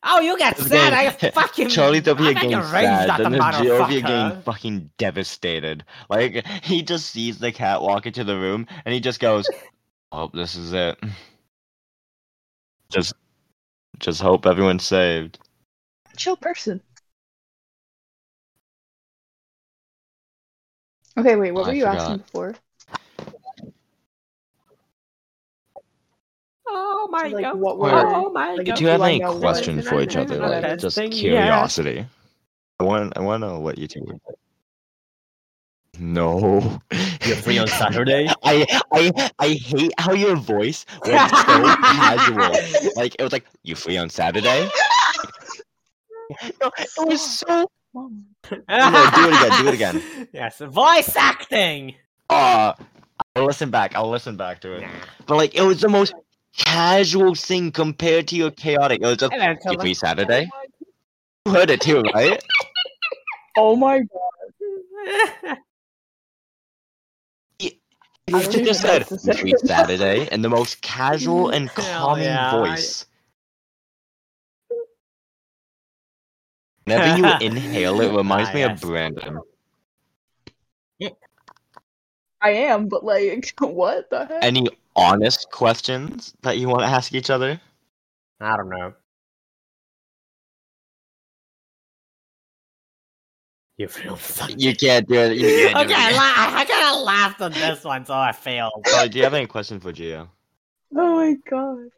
Oh, you get
It's
sad. I
getting- *laughs*
fucking
Charlie's up
I
here
fucking
getting
raged
sad,
at the
then there's Geo up here getting
motherfucker.
fucking devastated. Like he just sees the cat walk into the room, and he just goes, "Oh, this is it." Just, just hope everyone's saved.
Chill person. Okay, wait, what
I
were you
forgot.
asking before?
Oh my
Like,
god.
what were
Oh my
like,
god.
Do you have
Do I
any
know what
question
is
for
in
each
it?
other?
Not
Like
that
just
thing, yeah.
curiosity. I want, I want to know what you two. would- No.
You're
*laughs*
free on Saturday?
I I I hate how your voice was so *laughs* casual. Like it was like you free on Saturday. No, it was so.
Mom.
No, do it again, do it again.
*laughs* yes, voice acting.
Uh, I'll listen back. I'll listen back to it. But like it was the most casual thing compared to your chaotic. It was just
Eventually.
you free Saturday. You heard it too, right?
Oh my god.
You
don't even
just
know
said
what to
you
say.
free Saturday in the most casual and
Hell
calming
yeah, I- *laughs*
voice. Whenever you inhale, it reminds
Ah,
me
yes.
of Brandon.
I am, but like, *laughs* what the heck?
any honest questions that you want to ask each other?
*laughs* I don't know. You feel fucking.
You can't do it. You
Okay,
can't
I,
do it.
la- I kinda laughed on this one, so I failed.
Sorry, Oh, do you have any question for *laughs* Gio?
Oh my god.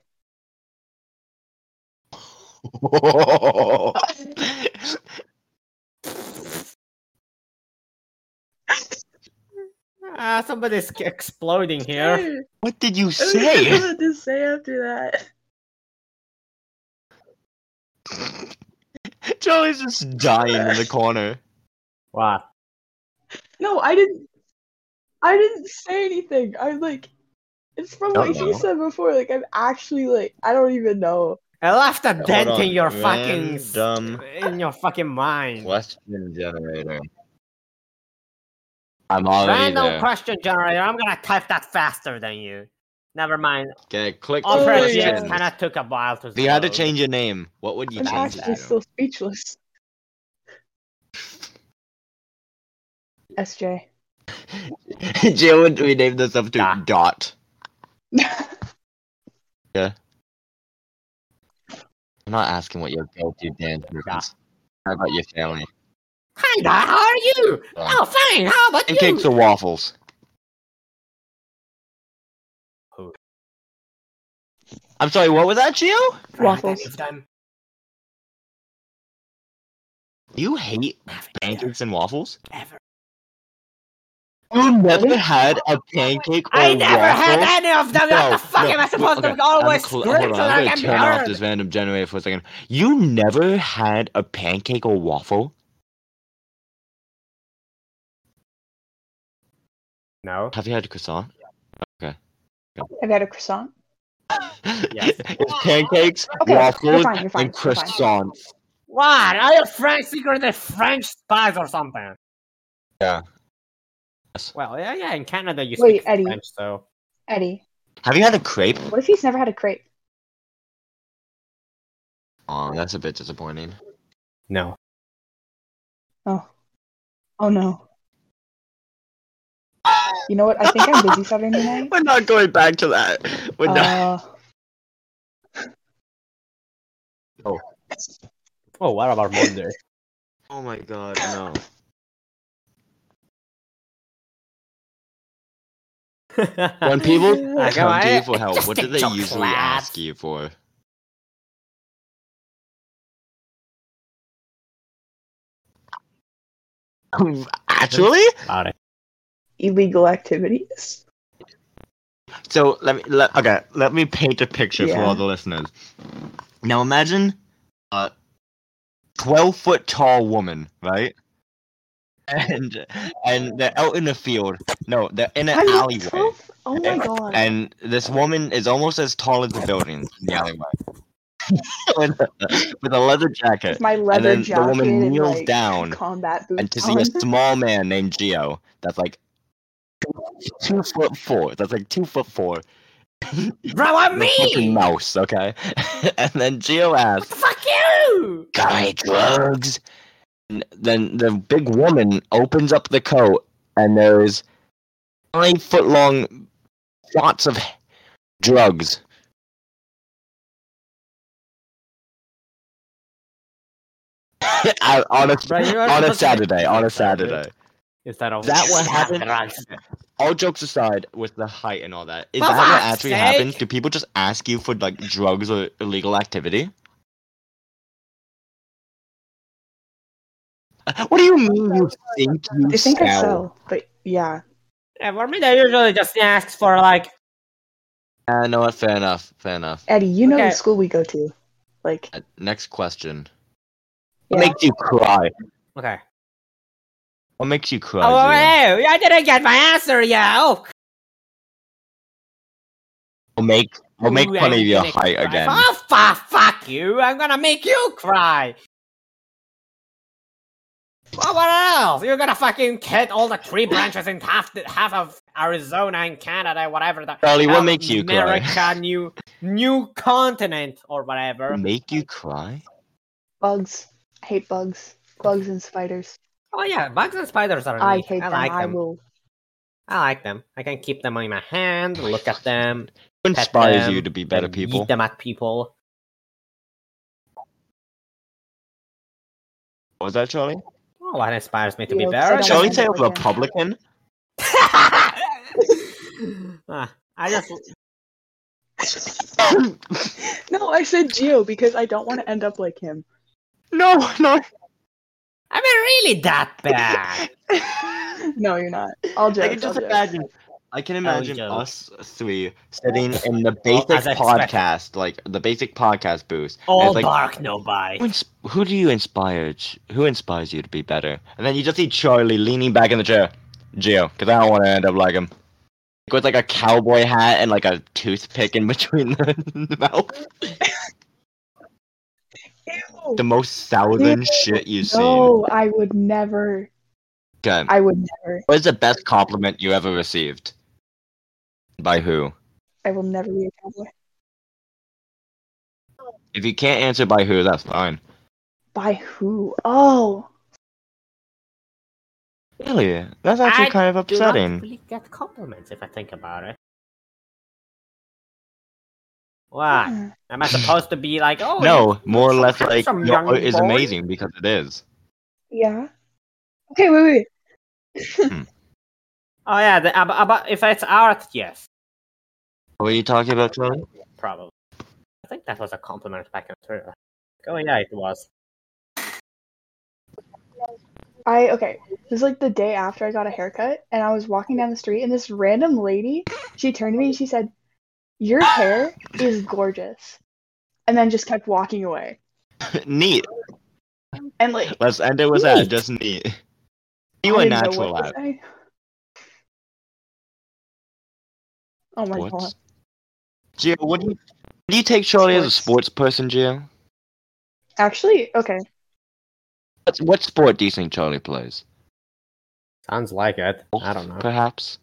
Ah, somebody's exploding *laughs* here.
what did you
I don't
say?
know
*laughs*
what to say after that.
Charlie's just dying in the corner.
Wow.
No, I didn't. I didn't say anything. I like. It's from
Don't
what
know.
he said before. Like I'm actually like I don't even know.
I left a dent
on,
in your fucking s-
random
in your fucking mind.
Question generator. I'm already
Random
there.
question generator. I'm gonna type that faster than you. Never mind.
Okay, click
Oh,
the
Opera
Alfred, yeah.
GX
question.
kind of took a while to.
If you had to
load.
change your name, what would you
I'm
change it
actually
to? *laughs*
still speechless. *laughs* SJ.
Gio would rename this up to
Dot.
Dot. I'm not asking what your go-to dance move
Yeah.
is. How about your family?
Hi there. How are you?
Um,
oh, fine. How about you?
Pancakes or waffles?
Who?
I'm sorry, what was that, Gio?
Waffles.
Give them-
You hate
Haven't
pancakes and waffles?
ever-
You never had a pancake or
I never
waffle?
had any of them. What the fuck am I supposed
okay,
to always
I'm cl-
scream
hold
so
on, I'm
that I
gonna
can be
turn off
heard?
this random generator for a second. You never had a pancake or waffle?
No.
Have you had a croissant?
I've had a croissant.
*laughs*
Yes.
it's pancakes,
Okay, you're
waffles,
fine, you're fine,
and
you're fine.
croissants.
What? Are you French secretly French spies or something?
Yeah. Yes.
Well, yeah, yeah. In Canada, you
Wait,
speak
Eddie.
French, so
Eddie.
Have you had a crepe?
What if he's never had a crepe?
Oh, that's a bit disappointing.
no.
Oh. Oh no. You know what? I think I'm busy Saturday night.
*laughs* We're not going back to that. We're not.
Uh,
Oh, what about Monday?
Oh my god, no. *laughs* When people
I
come
go,
to
I-
you for help,
just
what do
think
they
chocolate.
usually ask you for? Actually,
About it.
illegal activities.
So let me let, okay. Let me paint a picture for
Yeah.
all the listeners. Now imagine a twelve foot tall woman, right? And and they're out in a field. No, they're in an
I'm not
alleyway.
12? Oh my god.
And this woman is almost as tall as the building in the alleyway, *laughs* with, a, with a leather jacket.
With my leather
then the
jacket
woman
and
kneels
like,
down
combat boots
and to see
on.
a small man named Geo that's like two- two foot four. That's like two foot four.
Bro, I'm
Like a fucking
me! What
mouse, okay? *laughs* and then Geo
the
asks,
fuck you?
"Got any drugs?" And then the big woman opens up the coat, and there's five foot long shots of drugs. *laughs* on a,
Right, you know what?
on a
Let's-
Saturday, on a Saturday.
Instead of
That what happened-
Drugs.
All jokes aside, with the height and all that, is
For
that what
fuck's
actually
sake!
happens? Do people just ask you for like drugs or illegal activity? *laughs* What do you mean you think you
They think I
sell?
sell, but yeah.
Yeah, for me, they usually just ask for like
Uh, no, fair enough, fair enough.
Eddie, you know
Okay.
the school we go to. Like,
Uh, Next question.
yeah.
What makes you cry?
okay.
What makes you cry?
Oh,
Gio?
hey, I didn't get my answer yet. Oh,
I'll make I'll make
ooh,
fun
I
of your
didn't
height
cry.
again.
Oh, fuck, fuck you! I'm gonna make you cry. Well, what else? You're gonna fucking cut all the tree branches in half the, half of Arizona and Canada, whatever. The,
Charlie, what
um,
makes you
America,
cry? *laughs*
new new continent or whatever.
Make you cry?
bugs. I hate bugs. Bugs and spiders.
Oh yeah, bugs and spiders are.
I
neat.
hate
I
them.
like
I
them.
*laughs*
will.
I like them. I can keep them in my hand, look at them,
Who
Pet
inspires
them
you to be better
and yeet
people?
them at people.
What was that Charlie?
Oh, what inspires me to
You
be
know,
better?
I don't
Charlie
know
say
if I
*laughs*
can.
Republican?
Ah, I just
No, I said Geo because I don't want to end up like him.
No, no.
I mean really that
*laughs*
bad.
No, you're not. I'll
I
joke.
can just
I'll joke.
imagine. I can imagine
joke.
us three sitting in the
Well,
basic
as expected.
podcast, like the basic podcast booth. and
All
it's like,
bark, no bite.
Who, ins- who do you inspire? Ch- Who inspires you to be better? And then you just see Charlie leaning back in the chair, Geo, because I don't want to end up like him, Like, with like a cowboy hat and like a toothpick in between the *laughs* mouth.
Ew.
The most southern shit you've seen.
No, I would never.
Okay.
I would never.
What is the best compliment you ever received? By who?
I will never be a cowboy.
If you can't answer by who, that's fine.
By who? Oh,
Really? That's actually
I
kind of
Do not
upsetting.
really get compliments if I think about
Mm.
it. Why?
yeah.
Am I supposed to be like, oh
No, more or less
some
like
handsome
your
young
art is
boy.
amazing because it is.
yeah. Okay, wait, wait.
Oh yeah, the, ab- ab- if it's art, yes,
What were you talking about, Charlie?
probably. I think that was a compliment back in Twitter. Oh yeah, it was.
I okay. It was like the day after I got a haircut, and I was walking down the street, and this random lady, she turned to me and she said, "Your hair is gorgeous," and then just kept walking away.
*laughs* neat.
And like,
Let's end it with that. Just neat. You
I
are
didn't know
natural
what *laughs*
at.
to say. Oh my god!
Sports. Gio, what do you do you take Charlie as a sports
Sports.
person, Gio?
Actually, okay.
What, what sport do you think Charlie plays?
Sounds like it. I don't
Golf,
know.
Perhaps.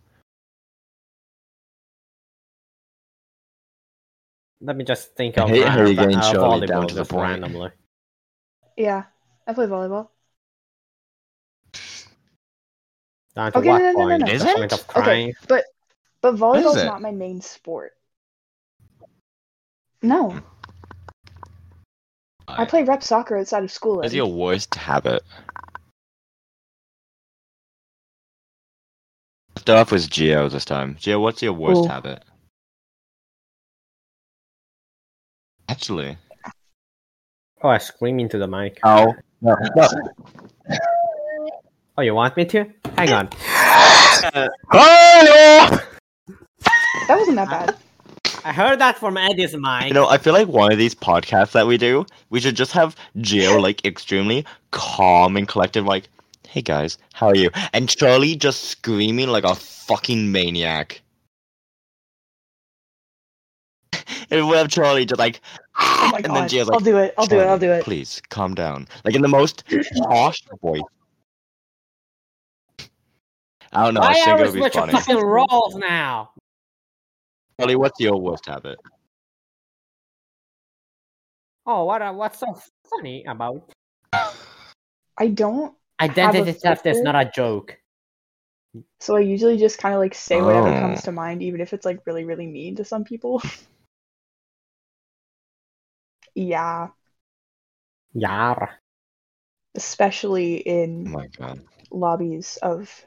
Let me just think
I
of
hate how you're
random-
getting
uh,
Charlie down
volleyball
to the
just
point.
randomly.
Yeah, I play volleyball.
Down to
Okay,
what
no, no, no,
point?
no, no.
Is
the
it?
point of
Okay.
crying.
But volleyball's
it?
not my main sport.
Mm,
No, I play rep soccer outside of school.
What is
and-
your worst habit? Left off was Geo this time. Geo, what's your worst
Ooh.
habit? Actually,
Oh, I scream into the mic.
oh no, *laughs*
Oh, you want me to? Hang on.
That wasn't that bad.
I heard that from Eddie's mic.
You know, I feel like one of these podcasts that we do, we should just have Geo like extremely calm and collected, like, "Hey guys, how are you?" and Charlie just screaming like a fucking maniac. *laughs* And we have Charlie just like,
Oh
*laughs*
my
and then
god!
Geo's
I'll
like,
do it. I'll do it. I'll
"Charlie,
do it.
Please calm down, like in the
*laughs*
most harsh voice. I don't know. I
Why
think
are
it
we
would be
switching
funny.
fucking roles now?
Charlie, what's your worst habit?
Oh, what? uh, What's so funny about
I don't.
identity
Have a
theft? Is
filter.
not a joke.
So I usually just kind of like say whatever
Oh.
comes to mind, even if it's like really, really mean to some people. *laughs* yeah,
Yar.
especially
Oh
in
my god.
lobbies of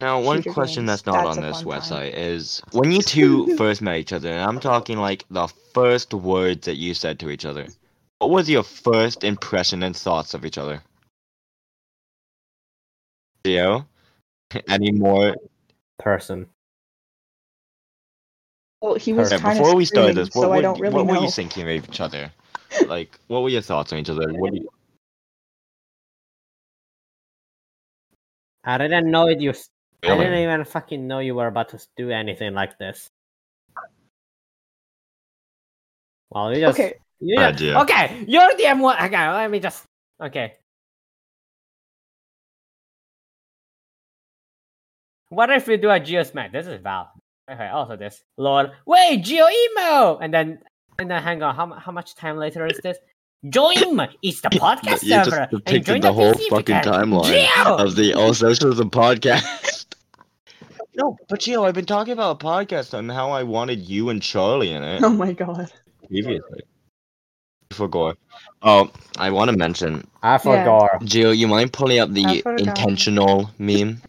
Now, one
Shooter
question
games,
that's not
that's
on
a
this
fun time.
website is when you
*laughs*
two first met each other, and I'm talking like the first words that you said to each other. What was your first impression and thoughts of each other? Geo, *laughs* any more?
Person.
well, he was
Okay,
kind
before
of
we started this, what,
so
were,
I don't really
what
know.
were you thinking of each other? Like, what were your thoughts on each other? What do you-
I didn't know it. You. s- I didn't even fucking know you were about to do anything like this. Well, you just.
Okay, *laughs*
You
Bad
just-
idea.
okay, you're the M1. Okay, let me just. Okay. What if we do a Geo smack? This is Val. Okay, also this. Lord, wait, Geo emo! And then, and then hang on, how, mu- how much time later is this? Join! It's the
*laughs*
podcast
you just
server! and
depicted
join
the whole
PC
fucking
because-
timeline
Geo!
of the All Socialism podcast. *laughs* No, but Gio, I've been talking about a podcast on how I wanted you and Charlie in
*laughs*
it
oh my god.
previously. For Gore. Oh, I want to mention,
I forgot.
Gio, you mind pulling up
I
the
forgot.
intentional meme?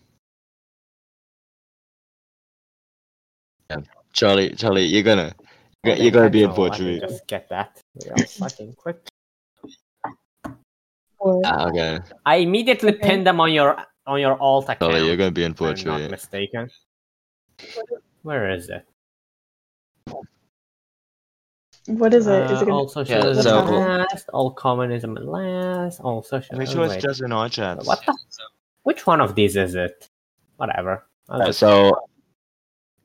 Yeah. Charlie, Charlie, you're gonna, you're,
Okay,
you're gonna be a
hang on, let me
butcher.
Just get that. real fucking quick.
What?
Ah, okay,
I immediately
Okay.
pinned them on your on your alt account.
Charlie, you're gonna be in
if I'm not
butcher.
mistaken.
Where is it?
What is it? Is it
Uh,
gonna?
all
Yeah,
socialism
so-
last, all communism last, all socialism.
Make sure it's
Oh, wait,
just in our chats.
what the? Which one of these is it? Whatever. I'll
Uh,
just-
so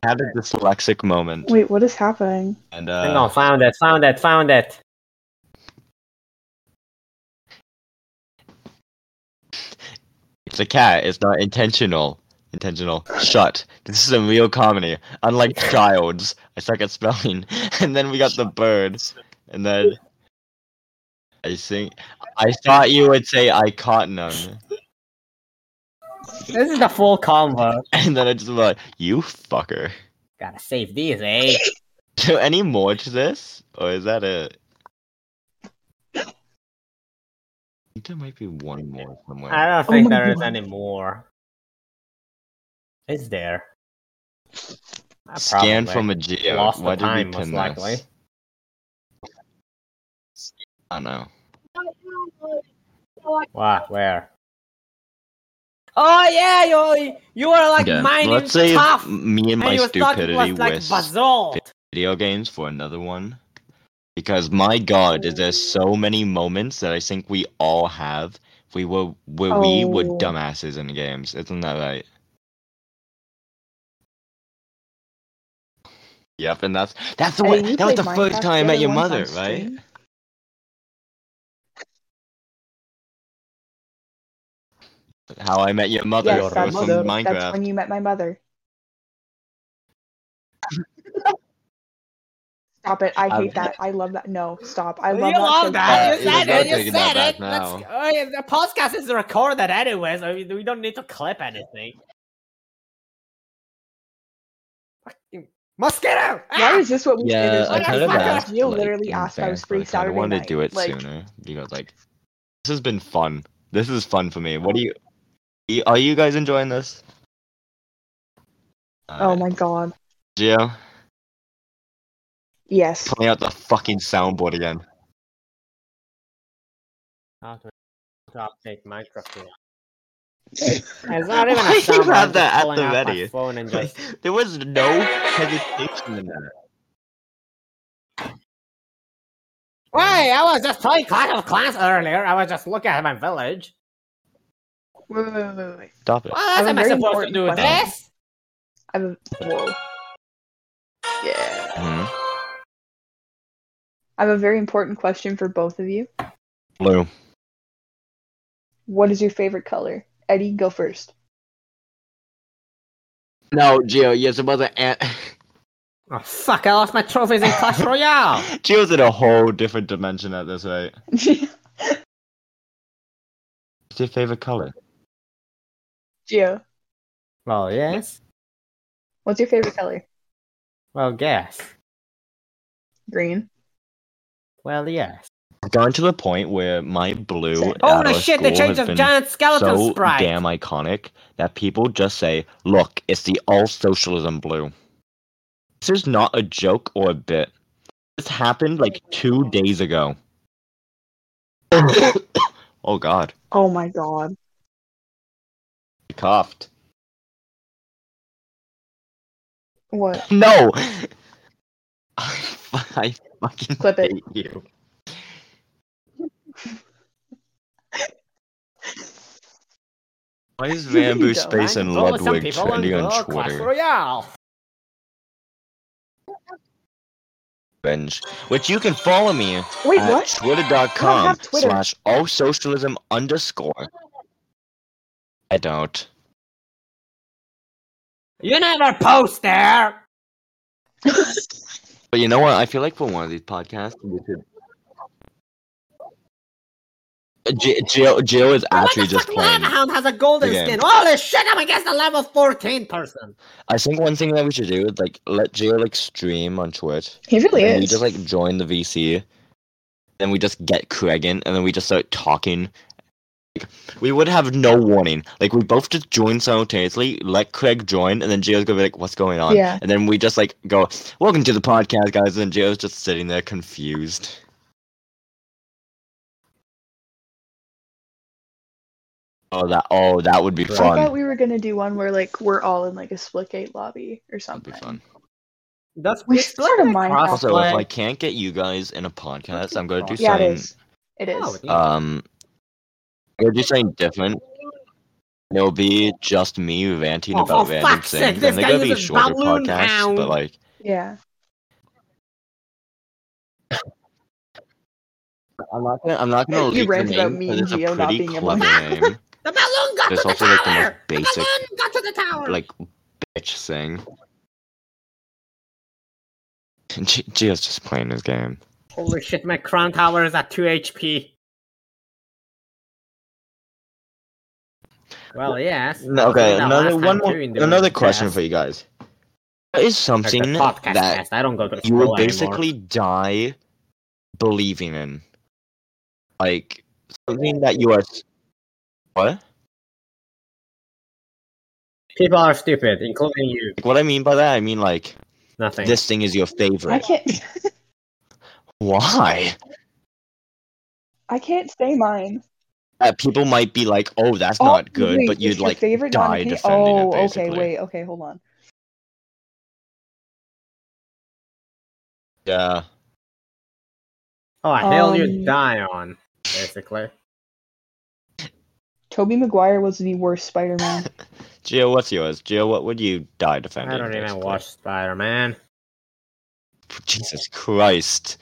I had a dyslexic moment,
Wait, what is happening?
and
Hang
uh,
on, found it, found it, found it.
it's a cat. It's not intentional. Intentional. Shut. This is a real comedy, *laughs* unlike Child's. I suck at spelling. *laughs* And then we got the bird, and then I think I thought you would say I caught none, *laughs*
This is the full combo.
and then I just was like you fucker. *laughs*
Gotta save these, eh?
Oh. So any more to this, or is that it? I think there might be one more somewhere.
I don't think
Oh my
there is
God.
any more. Is there? Uh,
Scan
probably.
from a geo.
Lost
Why
the time,
did we
most
pin
likely.
this? I don't know.
What? Where? Oh yeah, you you were like
Okay,
mining
let's save
tough,
me and my
you thought it
stupidity
was like
with
basalt.
video games for another one. Because my god, is there so many moments that I think we all have we were where we were
Oh.
dumbasses in games. Isn't that right? Yep, and that's that's the way
Hey, you
that was
played
the
Minecraft
first time I met
together
your
once on
mother, right?
stream?
How I met your mother
Yes,
was
that's,
from
mother.
Minecraft.
that's when you met my mother. Stop it. I
Um,
hate that. I love that. No, stop. I
you
love
love
that.
that.
Uh, there's
You said it.
no
You
taking that
said
back
it. Let's,
now.
oh, yeah, the podcast is recorded anyway, so we we don't need to clip anything. Fucking mosquito!
Why
Ah!
is oh this what we
Yeah,
did?
I
Like,
kind of
fuck
asked.
You
like,
literally
in
asked if I
fairness,
was
but,
free
like, I
Saturday
wanted
night.
to do it
like,
sooner because like this has been fun. This is fun for me. What do you? y- Are you guys enjoying this? Uh,
Oh
Alright,
my god.
Gio,
Yes.
play out the fucking soundboard again.
How to update Minecraft. *laughs* It's not even a
Why you
sound.
have
I'm just
that at
pulling
the
out my
ready?
phone *laughs*
*laughs*
and
Like,
just-
there was no hesitation in that.
Wait, I was just playing Clash of Clans earlier. I was just looking at my village.
Wait, wait, wait, wait, wait.
Stop it.
What else
a
am I
very
supposed to
important
do with
question.
this?
I'm. Whoa. Yeah.
Mhm.
I have a very important question for both of you.
Blue.
What is your favorite color? Eddie, go first. *laughs*
No, Gio. Yes, it wasn't. *laughs* An-
Oh fuck! I lost my trophies in Clash
Oh.
Royale.
Gio's in a whole different dimension at this rate.
Geo.
What's your favorite color?
Well, yes.
What's your favorite color?
Well, guess.
Green.
Well, yes.
Gone to the point where my blue.
Same.
at our
Holy shit! They
school
changed
has
the
been
giant skeleton
so
sprite.
damn iconic that people just say, "Look, it's the all socialism blue." This is not a joke or a bit. This happened like two days ago. *coughs* oh God,
Oh my god.
I coughed.
What?
No, *laughs* I, fu- I fucking
Clip it.
hate
*laughs*
you. Why is
You really
Bamboo
don't.
Space and
Well, some
Ludwig
people
trending
will
on
go Clash
Twitter?
Royale.
Revenge, which you can follow me
Wait,
at
what? I
twitter.com
have Twitter.
slash all socialism underscore. I don't.
You never post there.
But you know what? I feel like for one of these podcasts, we should. Uh, J- Jill, Jill is actually
what the
just
fuck?
playing.
Lanahound has a golden
the game.
skin. Holy shit! I'm against a level 14 person.
I think one thing that we should do is like let Jill like stream on Twitch.
*laughs* He really
and we
is.
just like join the VC, then we just get Craig in, and then we just start talking. Like, we would have no warning. Like we both just join simultaneously, let Craig join, and then Gio's gonna be like, "What's going on?"
Yeah.
And then we just like go, "Welcome to the podcast, guys." And then Gio's just sitting there confused. Oh that! Oh, that would be
Right.
I thought
fun.
we were gonna do one where like we're all in like a Splitgate lobby or
That'd be
something.
fun.
That's
We should start a Minecraft.
Also, if I
like
can't get you guys in a podcast, I'm gonna do
Yeah, it
something
is. It
Oh,
is.
Um, I'm gonna do something different. And It'll be just me ranting
Oh,
about
for
random
fuck's sake,
things.
this
And they're
guy
gonna be
uses
shorter
Balloon
podcasts,
Hound.
but like,
yeah.
I'm not gonna, I'm not gonna
You
leak the
rant about
name,
me
but
and
it's a
Gio not
pretty
being able
clever
to-
name.
The balloon got
There's
to the
also, like, the most
tower. The,
basic,
balloon got to the tower.
Like, bitch thing. G- Gio's just playing his game.
holy shit, my crown tower is at two HP. Well, yes.
okay,
That
another
last
one
time
more,
during the
another question
podcast.
for you guys. What is
Like,
something
the podcast
that
test, I don't go to
you will
school anymore.
basically die believing in like something that you are what
People are stupid, including you.
like what i mean by that i mean like
Nothing.
this thing is your
I
favorite
can't.
why
I can't say mine.
that people might be like oh that's
Oh,
not good
wait,
but
it's
you'd
your
like
favorite
die
non-opinion-
defending it,
Oh, okay.
basically.
Wait. Okay. Hold on.
yeah
oh, a hill
Um,
you die on, basically.
Toby Maguire was the worst
*laughs*
Spider-Man.
Gio, what's yours? Gio, what would you die defending?
I don't even
basically?
watch Spider Man.
Jesus Christ!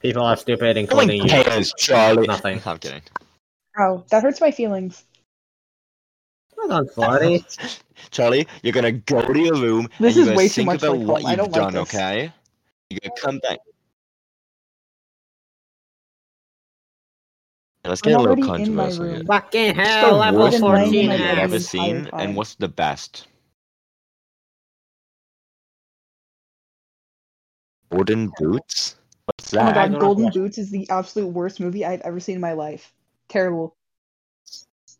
People are stupid,
No one
including you.
cares, Charlie.
Nothing.
*laughs* I'm kidding.
oh, that hurts my feelings.
Hold on, Florty.
*laughs* Charlie, you're gonna go to your room
This
and
is
you're
way
gonna
too
think
much
about
like
what
home. I
you've
don't like
done,
this.
okay? You could come back. Let's
I'm
get a
already
little
in my
controversial. here.
room.
Fucking
What's
hell,
the
level
worst
Wouldn't mind
movie
14
you've
my
has-
ever
entire
seen,
time.
and what's the best? Golden Boots. What's
Oh my
that?
I
god,
don't
Golden
watch-
Boots is the absolute worst movie I've ever seen in my life. Terrible.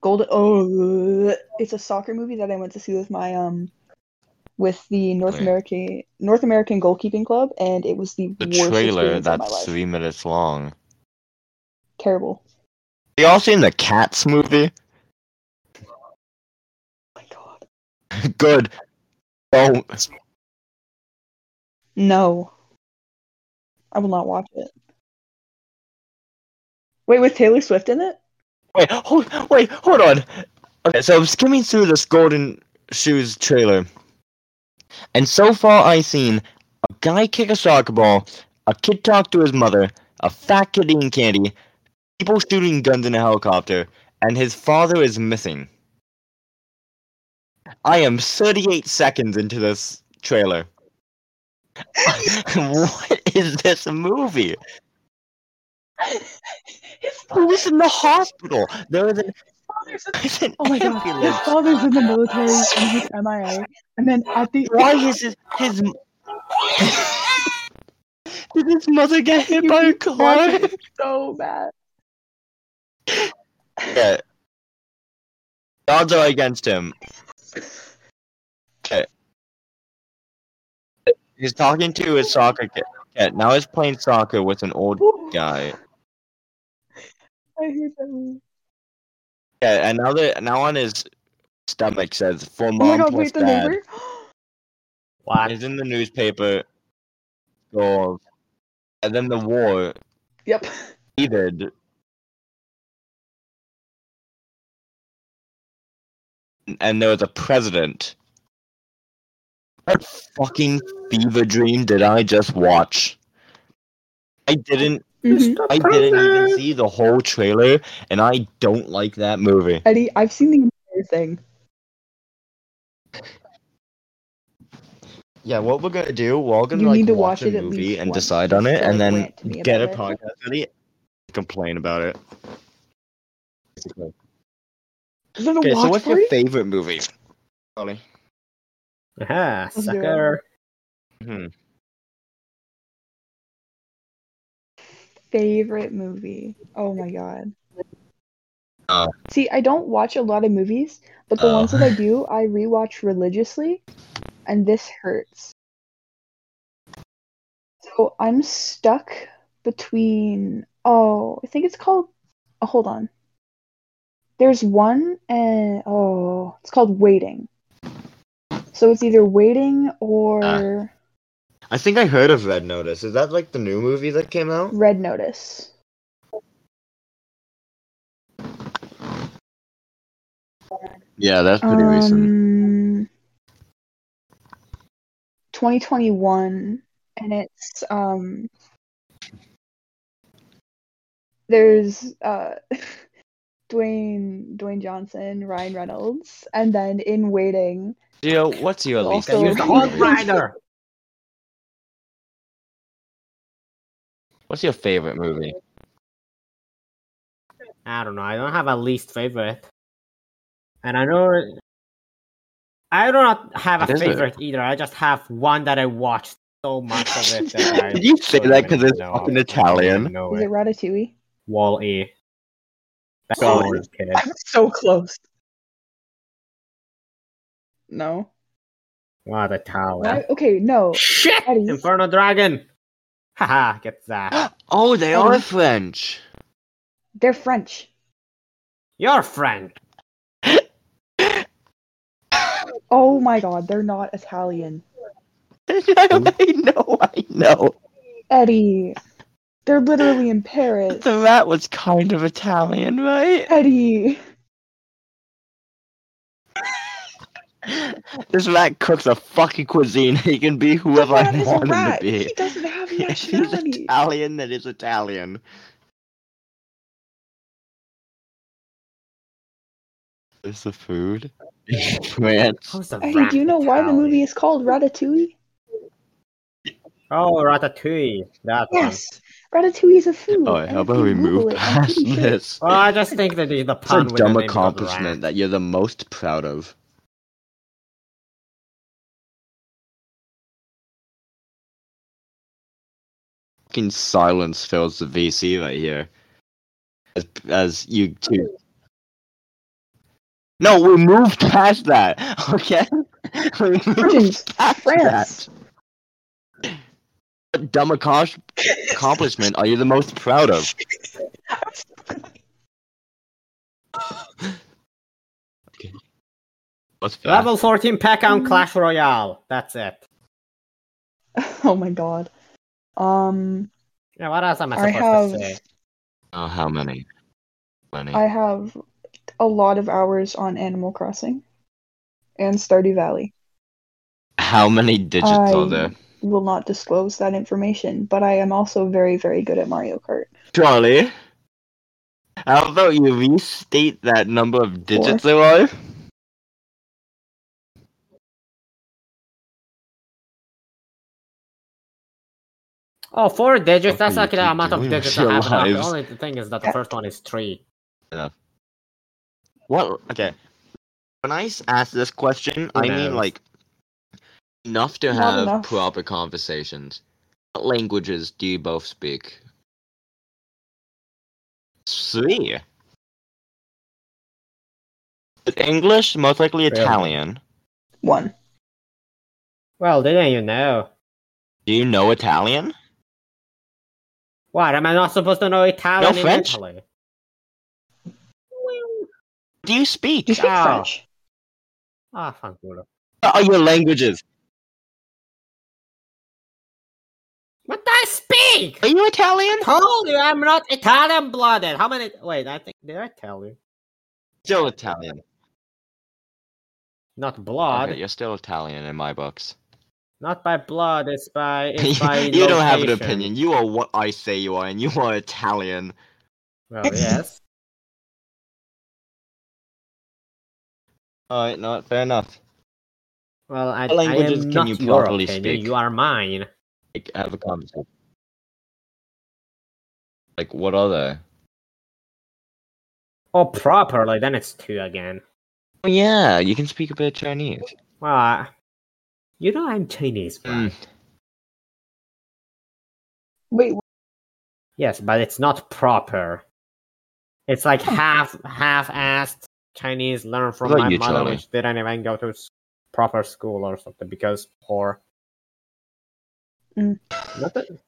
Golden oh it's a soccer movie that I went to see with my um with the North
Wait.
American North American goalkeeping club and it was the,
the
worst
trailer
experience of my
that's
life.
three minutes long.
Terrible.
You all seen the Cats movie? *laughs*
Oh my god.
Good. Oh,
No. I will not watch it. Wait, with Taylor Swift in it? *laughs*
wait, hold, wait, hold on. Okay, so I'm skimming through this Golden Shoes trailer, and so far I've seen a guy kick a soccer ball, a kid talk to his mother, a fat kid eating candy, people shooting guns in a helicopter, and his father is missing. I am 38 seconds into this trailer. *laughs* what is this movie?
His
Who's in the hospital? There is an, *laughs*
father's in
there's an
Oh my god, his
ambulance.
father's in the military and he's MIA. And then at the
Why
*laughs*
is his his? m- *laughs* Did his mother get hit by a car?
Watch it. so bad.
Yeah. The Odds are against him. Okay. He's talking to his soccer kid. Yeah, now he's playing soccer with an old guy.
I hate that movie.
Yeah, and now the now on his stomach says for
Oh my
mom
god,
plus
wait, the
dad.
neighbor?
What?
is in the newspaper of and then the war
yep.
ended. And there was a president. What fucking fever dream did I just watch? I didn't
Mm-hmm. *laughs*
I didn't
*laughs*
even see the whole trailer and I don't like that movie.
Eddie, I've seen the entire thing.
Yeah, what we're gonna do, we're all gonna
You
like
need to
watch,
watch
a
it at
movie
least
and
once
decide on it,
before
and
you
then
rant to me
get a
about
podcast ready, and complain about it.
Is that a
Okay,
watch
so what's
party?
your favorite movie? Ollie.
Aha,
Zero.
sucker.
Hmm.
favorite movie? Oh my god.
Oh.
See, I don't watch a lot of movies, but the
Oh.
ones that I do, I rewatch religiously, and this hurts. So I'm stuck between. Oh, I think it's called. Oh, hold on. There's one, and oh, it's called Waiting. So it's either Waiting or
I think I heard of Red Notice. Is that like the new movie that came out?
Red Notice.
Yeah, that's
Um, 2021, and it's um. There's uh, *laughs* Dwayne Dwayne Johnson, Ryan Reynolds, and then in waiting,
Gio, what's your least
Also-
Use
favorite
the Hog
movie?
Rider!
What's your favorite
*laughs*
movie?
I don't know. I don't have a least favorite. And I know I don't have
What
a
is it?
favorite either. I just have one that I watched so much of
*laughs*
it. That I
Did you say
don't
that
even
'cause it's
know
fucking
of. I don't even
Italian?
know
is it
it.
Ratatouille?
Wall E. That's
Wall-E.
all it, kid.
*laughs* so close. No.
What a
Why-
talent.
Okay, no.
Shit!
Eddie.
Inferno Dragon! Haha,
*gasps*
get that.
Oh, they
Oh.
are French.
They're French.
You're French.
Oh my god, they're not Italian.
*laughs* I know, I know.
Eddie. They're literally in Paris.
The rat was kind of Italian, right?
Eddie.
This rat cooks a fucking cuisine. He can be whoever
That
I
is a
want him to
rat.
be.
He
*laughs*
doesn't have
If he's
nationality.
Italian, then it's Italian. Is the *laughs* food? France.
How's the
Oh,
Hey, do you know why the movie is called Ratatouille?
Oh, ratatouille. That
Yes, ratatouille is a food.
All right, Oh,
and
how
if
about
you
we
Google
move *laughs*
it, I'm
past
pretty sure-
this?
one. Well, I just think that the, the
It's a
pun with the
dumb
name of the
accomplishment
rat.
that you're the most proud of. Fucking silence fills the VC right here. As, as you two. No, we moved past that, *laughs* okay? we
Origins,
moved past
France. *laughs*
that. What dumb accomplish- accomplishment are you the most proud of? What's that?
Level 14 pack on Clash Royale. That's it.
oh my god. Um,
Yeah, what else am I
I
supposed
have
to say?
Oh, how many? Many.
I have a lot of hours on Animal Crossing and Stardew Valley.
How many digits are
I-
there?
Will not disclose that information, but I am also very, very good at Mario Kart.
Charlie, how about you restate that number of digits there are?
Oh, four digits. That's
What
like
are you
the amount of
doing
digits
with your
I have. now. The
lives?
only thing is that the first one is three.
What? Okay. When I s- ask this question,
Who
I
knows?
mean like enough to
Not
have
enough.
proper conversations. What languages do you both speak? Three. English, most likely
Really?
Italian.
One.
Well, didn't you know?
Do you know Italian?
What? Am I not supposed to know Italian
No
in
French?
Italy?
Do you speak?
*laughs*
Do you speak
Oh.
French?
Ah, fanculo.
What are your languages?
What do I speak?
Are you Italian?
told you I'm not Italian blooded. How many? Wait, I think did I tell you?
Still Italian.
Not blood.
Okay, you're still Italian in my books.
Not by blood. It's by. It's by
*laughs* you don't have an
location.
opinion. You are what I say you are, and you are Italian.
Well, yes.
All right, not fair enough.
Well, I,
What languages
languages I am
can
not
you
your
properly
opinion.
speak?
You are mine.
Like, have a conversation. Like, what are they?
Oh, properly. Then it's two again.
Oh, yeah, you can speak a bit of Chinese.
Well, I- you know I'm Chinese,
Hmm. Mm.
right?
Wait, wh-
Yes, but it's not proper. It's like half half-assed Chinese learned from
Look,
my
you
mother,
Charlie.
which didn't even go to s- proper school or something because poor.
Mm.
What the-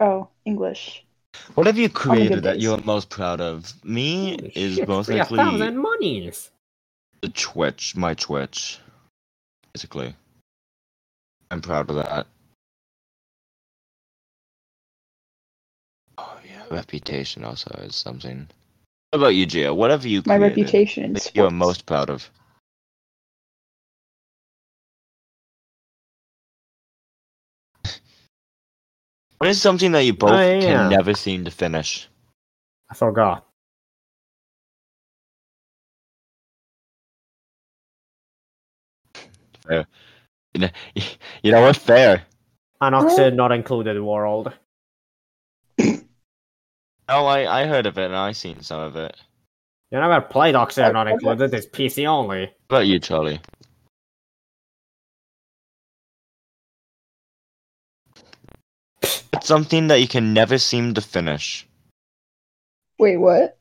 oh, English.
What have you created that
days.
you're most proud of? Me
Holy
is
shit,
most
three
likely
thousand monies.
the Twitch, my Twitch, basically. I'm proud of that. Oh yeah, reputation also is something. What about you, Gio? What have you
My
created
reputation in
that you are
sports.
most proud of? *laughs* What is something that you both
yeah.
can never seem to finish?
I forgot.
You know what? Fair.
Anoxid not included world.
Oh, I, I heard of it and I seen some of it.
You never played Oxid
Oh,
not included. It's PC only.
What about you, Charlie? It's something that you can never seem to finish.
Wait, what?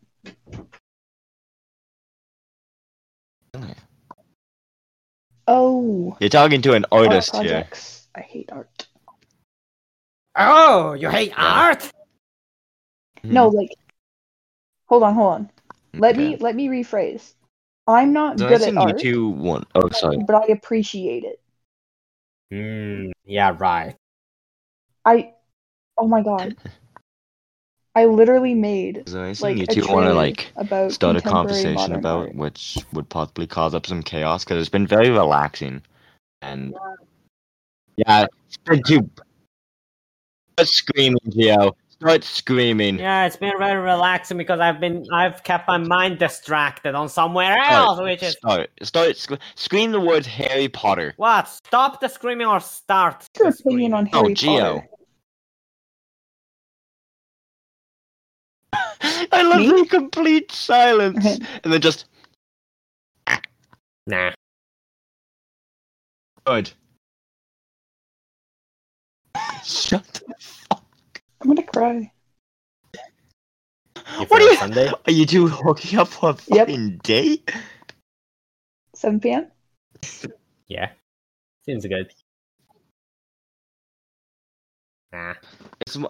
Oh,
You're talking to an
art
artist here.
projects. I hate art.
Oh, you hate
Yeah.
art?
Hmm.
No, like, hold on, hold on. Let
Okay.
me let me rephrase. I'm not
So
good
I
at
think
art,
you two want. Oh, sorry.
but I appreciate it.
Mm,
Hmm. Yeah, right.
I, oh my
*laughs*
god, I literally made
Is there anything
like
you
a
two want to
trailer
like
about
start a
contemporary
conversation
modern
about,
art.
which would possibly cause up some chaos because it's been very relaxing, and yeah, it's been too. Quit screaming, Gio. start screaming.
Yeah, it's been very relaxing because I've been I've kept my mind distracted on somewhere
Oh,
else, which is
Start. Start. Sc- scream the words Harry Potter. *laughs*
what? Stop the screaming or start.
What's your
the screaming?
opinion on
Oh,
Harry
Geo.
Potter?
I love
Me?
the complete silence. and then just,
Nah.
good. Shut the fuck
I'm gonna cry.
You
What
what are
do you-
you?
*laughs*
Sunday?
Are you two hooking up for a
Yep.
fucking date?
7 p.m.
Yeah. Seems good. Nah.
It's m-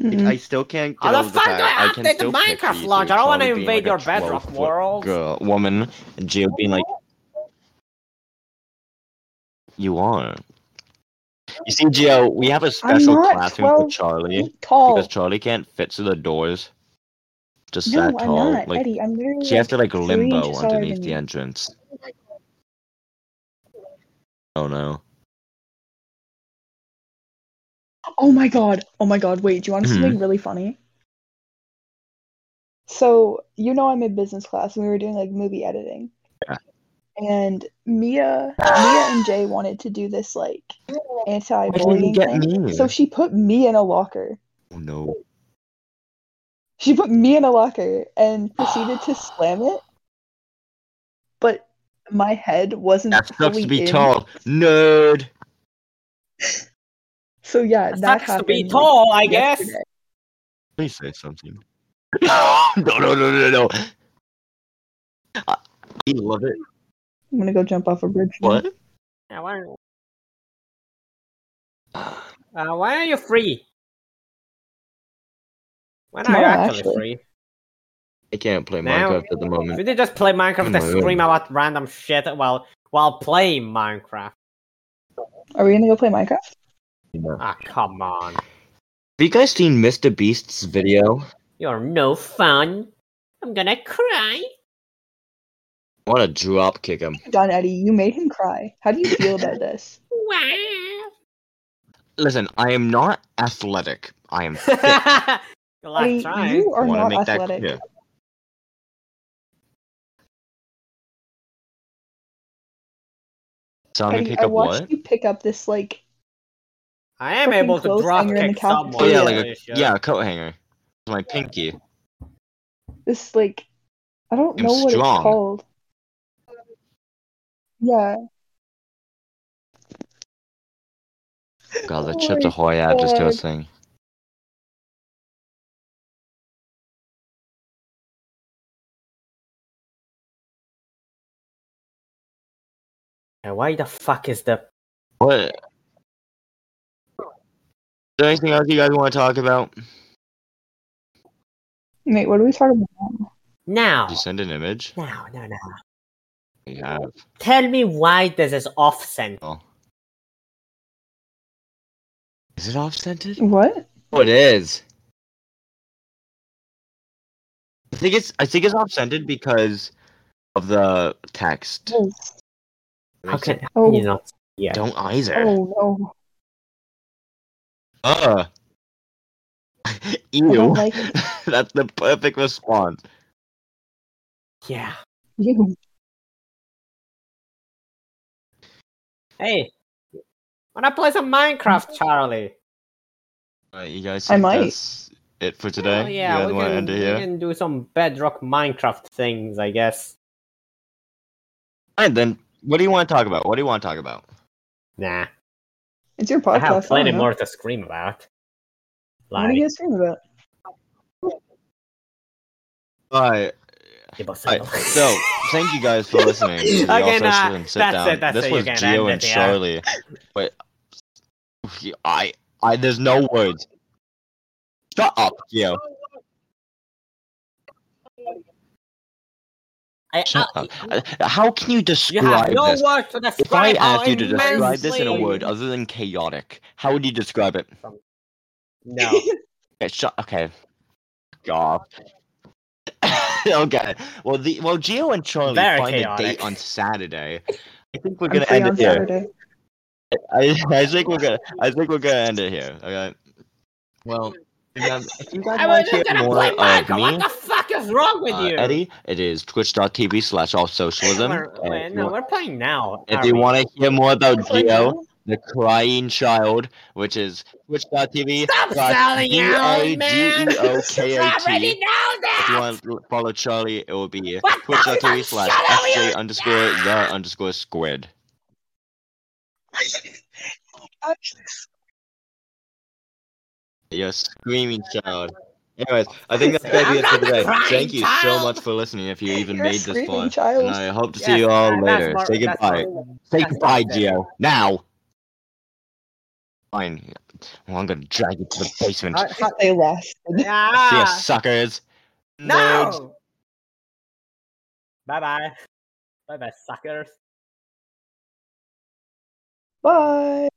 Mm-mm.
I still can't get
How
over
the
the
fuck do
fact
I
I can
update the
still picture
Minecraft
you
launch? I don't want to
probably being
invade
like a
your bedrock
12-foot
world.
Girl, woman, and Geo being like, you are. You see, Geo, we have a special
not
classroom
12
for Charlie
Eat tall.
because Charlie can't fit through the doors. Just
no,
that
I'm
tall,
not,
like
Eddie. I'm literally.
she has to like
three
limbo
inches taller
underneath
than
the
you.
entrance. Oh no.
Oh my god. Oh my god. Wait, do you want to see
Mhm.
something really funny? So, you know I'm in business class and we were doing like movie editing.
Yeah.
And Mia Mia and Jay wanted to do this like anti-bullying
get
thing.
me?
So she put me in a locker.
Oh no.
She put me in a locker
*sighs*
and proceeded to slam it. But my head wasn't
That sucks
fully
to be
in.
tall. Nerd.
So yeah,
That
that,
sucks to be
happened, like,
tall, I guess.
yesterday.
Please say something. *laughs* no, no, no, no, no. I, I love it.
I'm gonna go jump off a bridge. now.
What?
Yeah, why, uh, why are you free? When are you
Tomorrow,
actually,
actually.
free?
I can't play
Now-
Minecraft at the
We
moment.
did just play Minecraft and
Oh my God.
scream about random shit while while playing Minecraft.
Are we gonna go play Minecraft?
Ah, come on.
Have you guys seen Mr. Beast's video?
You're no fun. I'm gonna cry.
I want to drop kick him.
Done, Eddie. You made him cry. How do you feel
*laughs*
about this?
Wow.
Listen, I am not athletic. I am. *laughs*
you
Eddie,
like trying.
you are
want to
not
make
athletic.
that clear. Saw me
Eddie,
pick
I
up
watched
what?
you pick up this like
I am
freaking
able to
close
drop
hanger in the
kick
couch.
someone.
Oh yeah,
Yeah.
like a,
Holy shit.
yeah, a coat hanger. My pinky.
this like I don't
I'm
know what
strong.
it's called. Yeah.
God, that
Oh
Chips
my
Ahoy ad just do
God.
its thing.
Yeah, Why the fuck is the
What? Is there anything else you guys want to talk about?
Wait, what are we talking about?
now?
Did you send an image?
Now, no, no.
Yeah.
Tell me why this is off center.
Is it off-scented?
What?
Oh, it is. I think it's. I think it's off-scented because of the text.
Yes.
How can how
Oh.
can you not? Yeah.
Don't either.
Oh no.
Uh. *laughs*
I
Ew.
don't
*laughs*
like it.
That's the perfect response.
Yeah.
You.
Hey, wanna play some Minecraft,
*laughs*
Charlie?
Alright, you guys.
I
think
might.
that's It for today.
Oh, yeah,
you guys
we,
want to
can,
end it
we
here?
can do some bedrock Minecraft things, I guess.
Alright, then. What do you want to talk about? What do you want to talk about?
Nah,
It's your
I
podcast.
have
I
plenty
don't know.
more to scream about.
What are
Like,
you guys screaming about?
Alright.
it was
Alright,
simple.
so thank you guys for
*laughs*
listening. to the
Oh. Okay,
Also
nah,
Sit and Sit
that's
Down.
it, that's
this
it, you
was
can
Gio
end
and
it, yeah.
Charlie. Wait, I, I, there's no words. Shut up, Gio.
*laughs* I,
Shut up. Uh, How can you
you
describe
have no
this?
words to
If I
describe how
asked you to describe this in a
immensely-
word other than chaotic, how would you describe it?
*laughs*
*laughs*
No.
Okay, shut. Okay. God. *laughs* okay. Well, the well, Gio and Charlie
Very
find a
chaotic.
date on Saturday. I think we're
I'm
gonna
free
end
on
it here.
Saturday.
*laughs* I, I think we're gonna I think we're gonna end it here. Okay. Well, Now, if you guys
I
want to
was just
hear
gonna
more
play
of
Michael. What
me,
the fuck is wrong with
uh,
you?
Eddie, it is twitch.tv slash all socialism.
We're-
And
we're-
if you
no,
want-
we're playing now.
if
are
you
we?
want to hear more about
It's *laughs* like,
Geo, the crying child, which is twitch.tv
Stop
slash
selling
G E
your
A
own
G
man! *laughs*
E O
You
K A
already
T.
know
If you
that!
want to follow Charlie, it will be
What the fuck?
twitch.tv slash
Shut up,
SJ
you-
underscore the underscore squid.
actually,
You're a screaming child. Anyways, I think that's going to be it for
I'm not
today.
crying
Thank you so
child!
much for listening if you even
You're a
made this far.
screaming child.
And I hope to
Yes,
see you all
that's
later.
more-
Say
that's more-
goodbye. Say
that's
goodbye,
more-
Geo. Now! Fine. Well, I'm going to drag you to the basement.
Uh, uh,
they lost.
See ya,
yeah.
suckers. Nerds.
Ah. No! Bye bye. Bye bye, suckers.
Bye.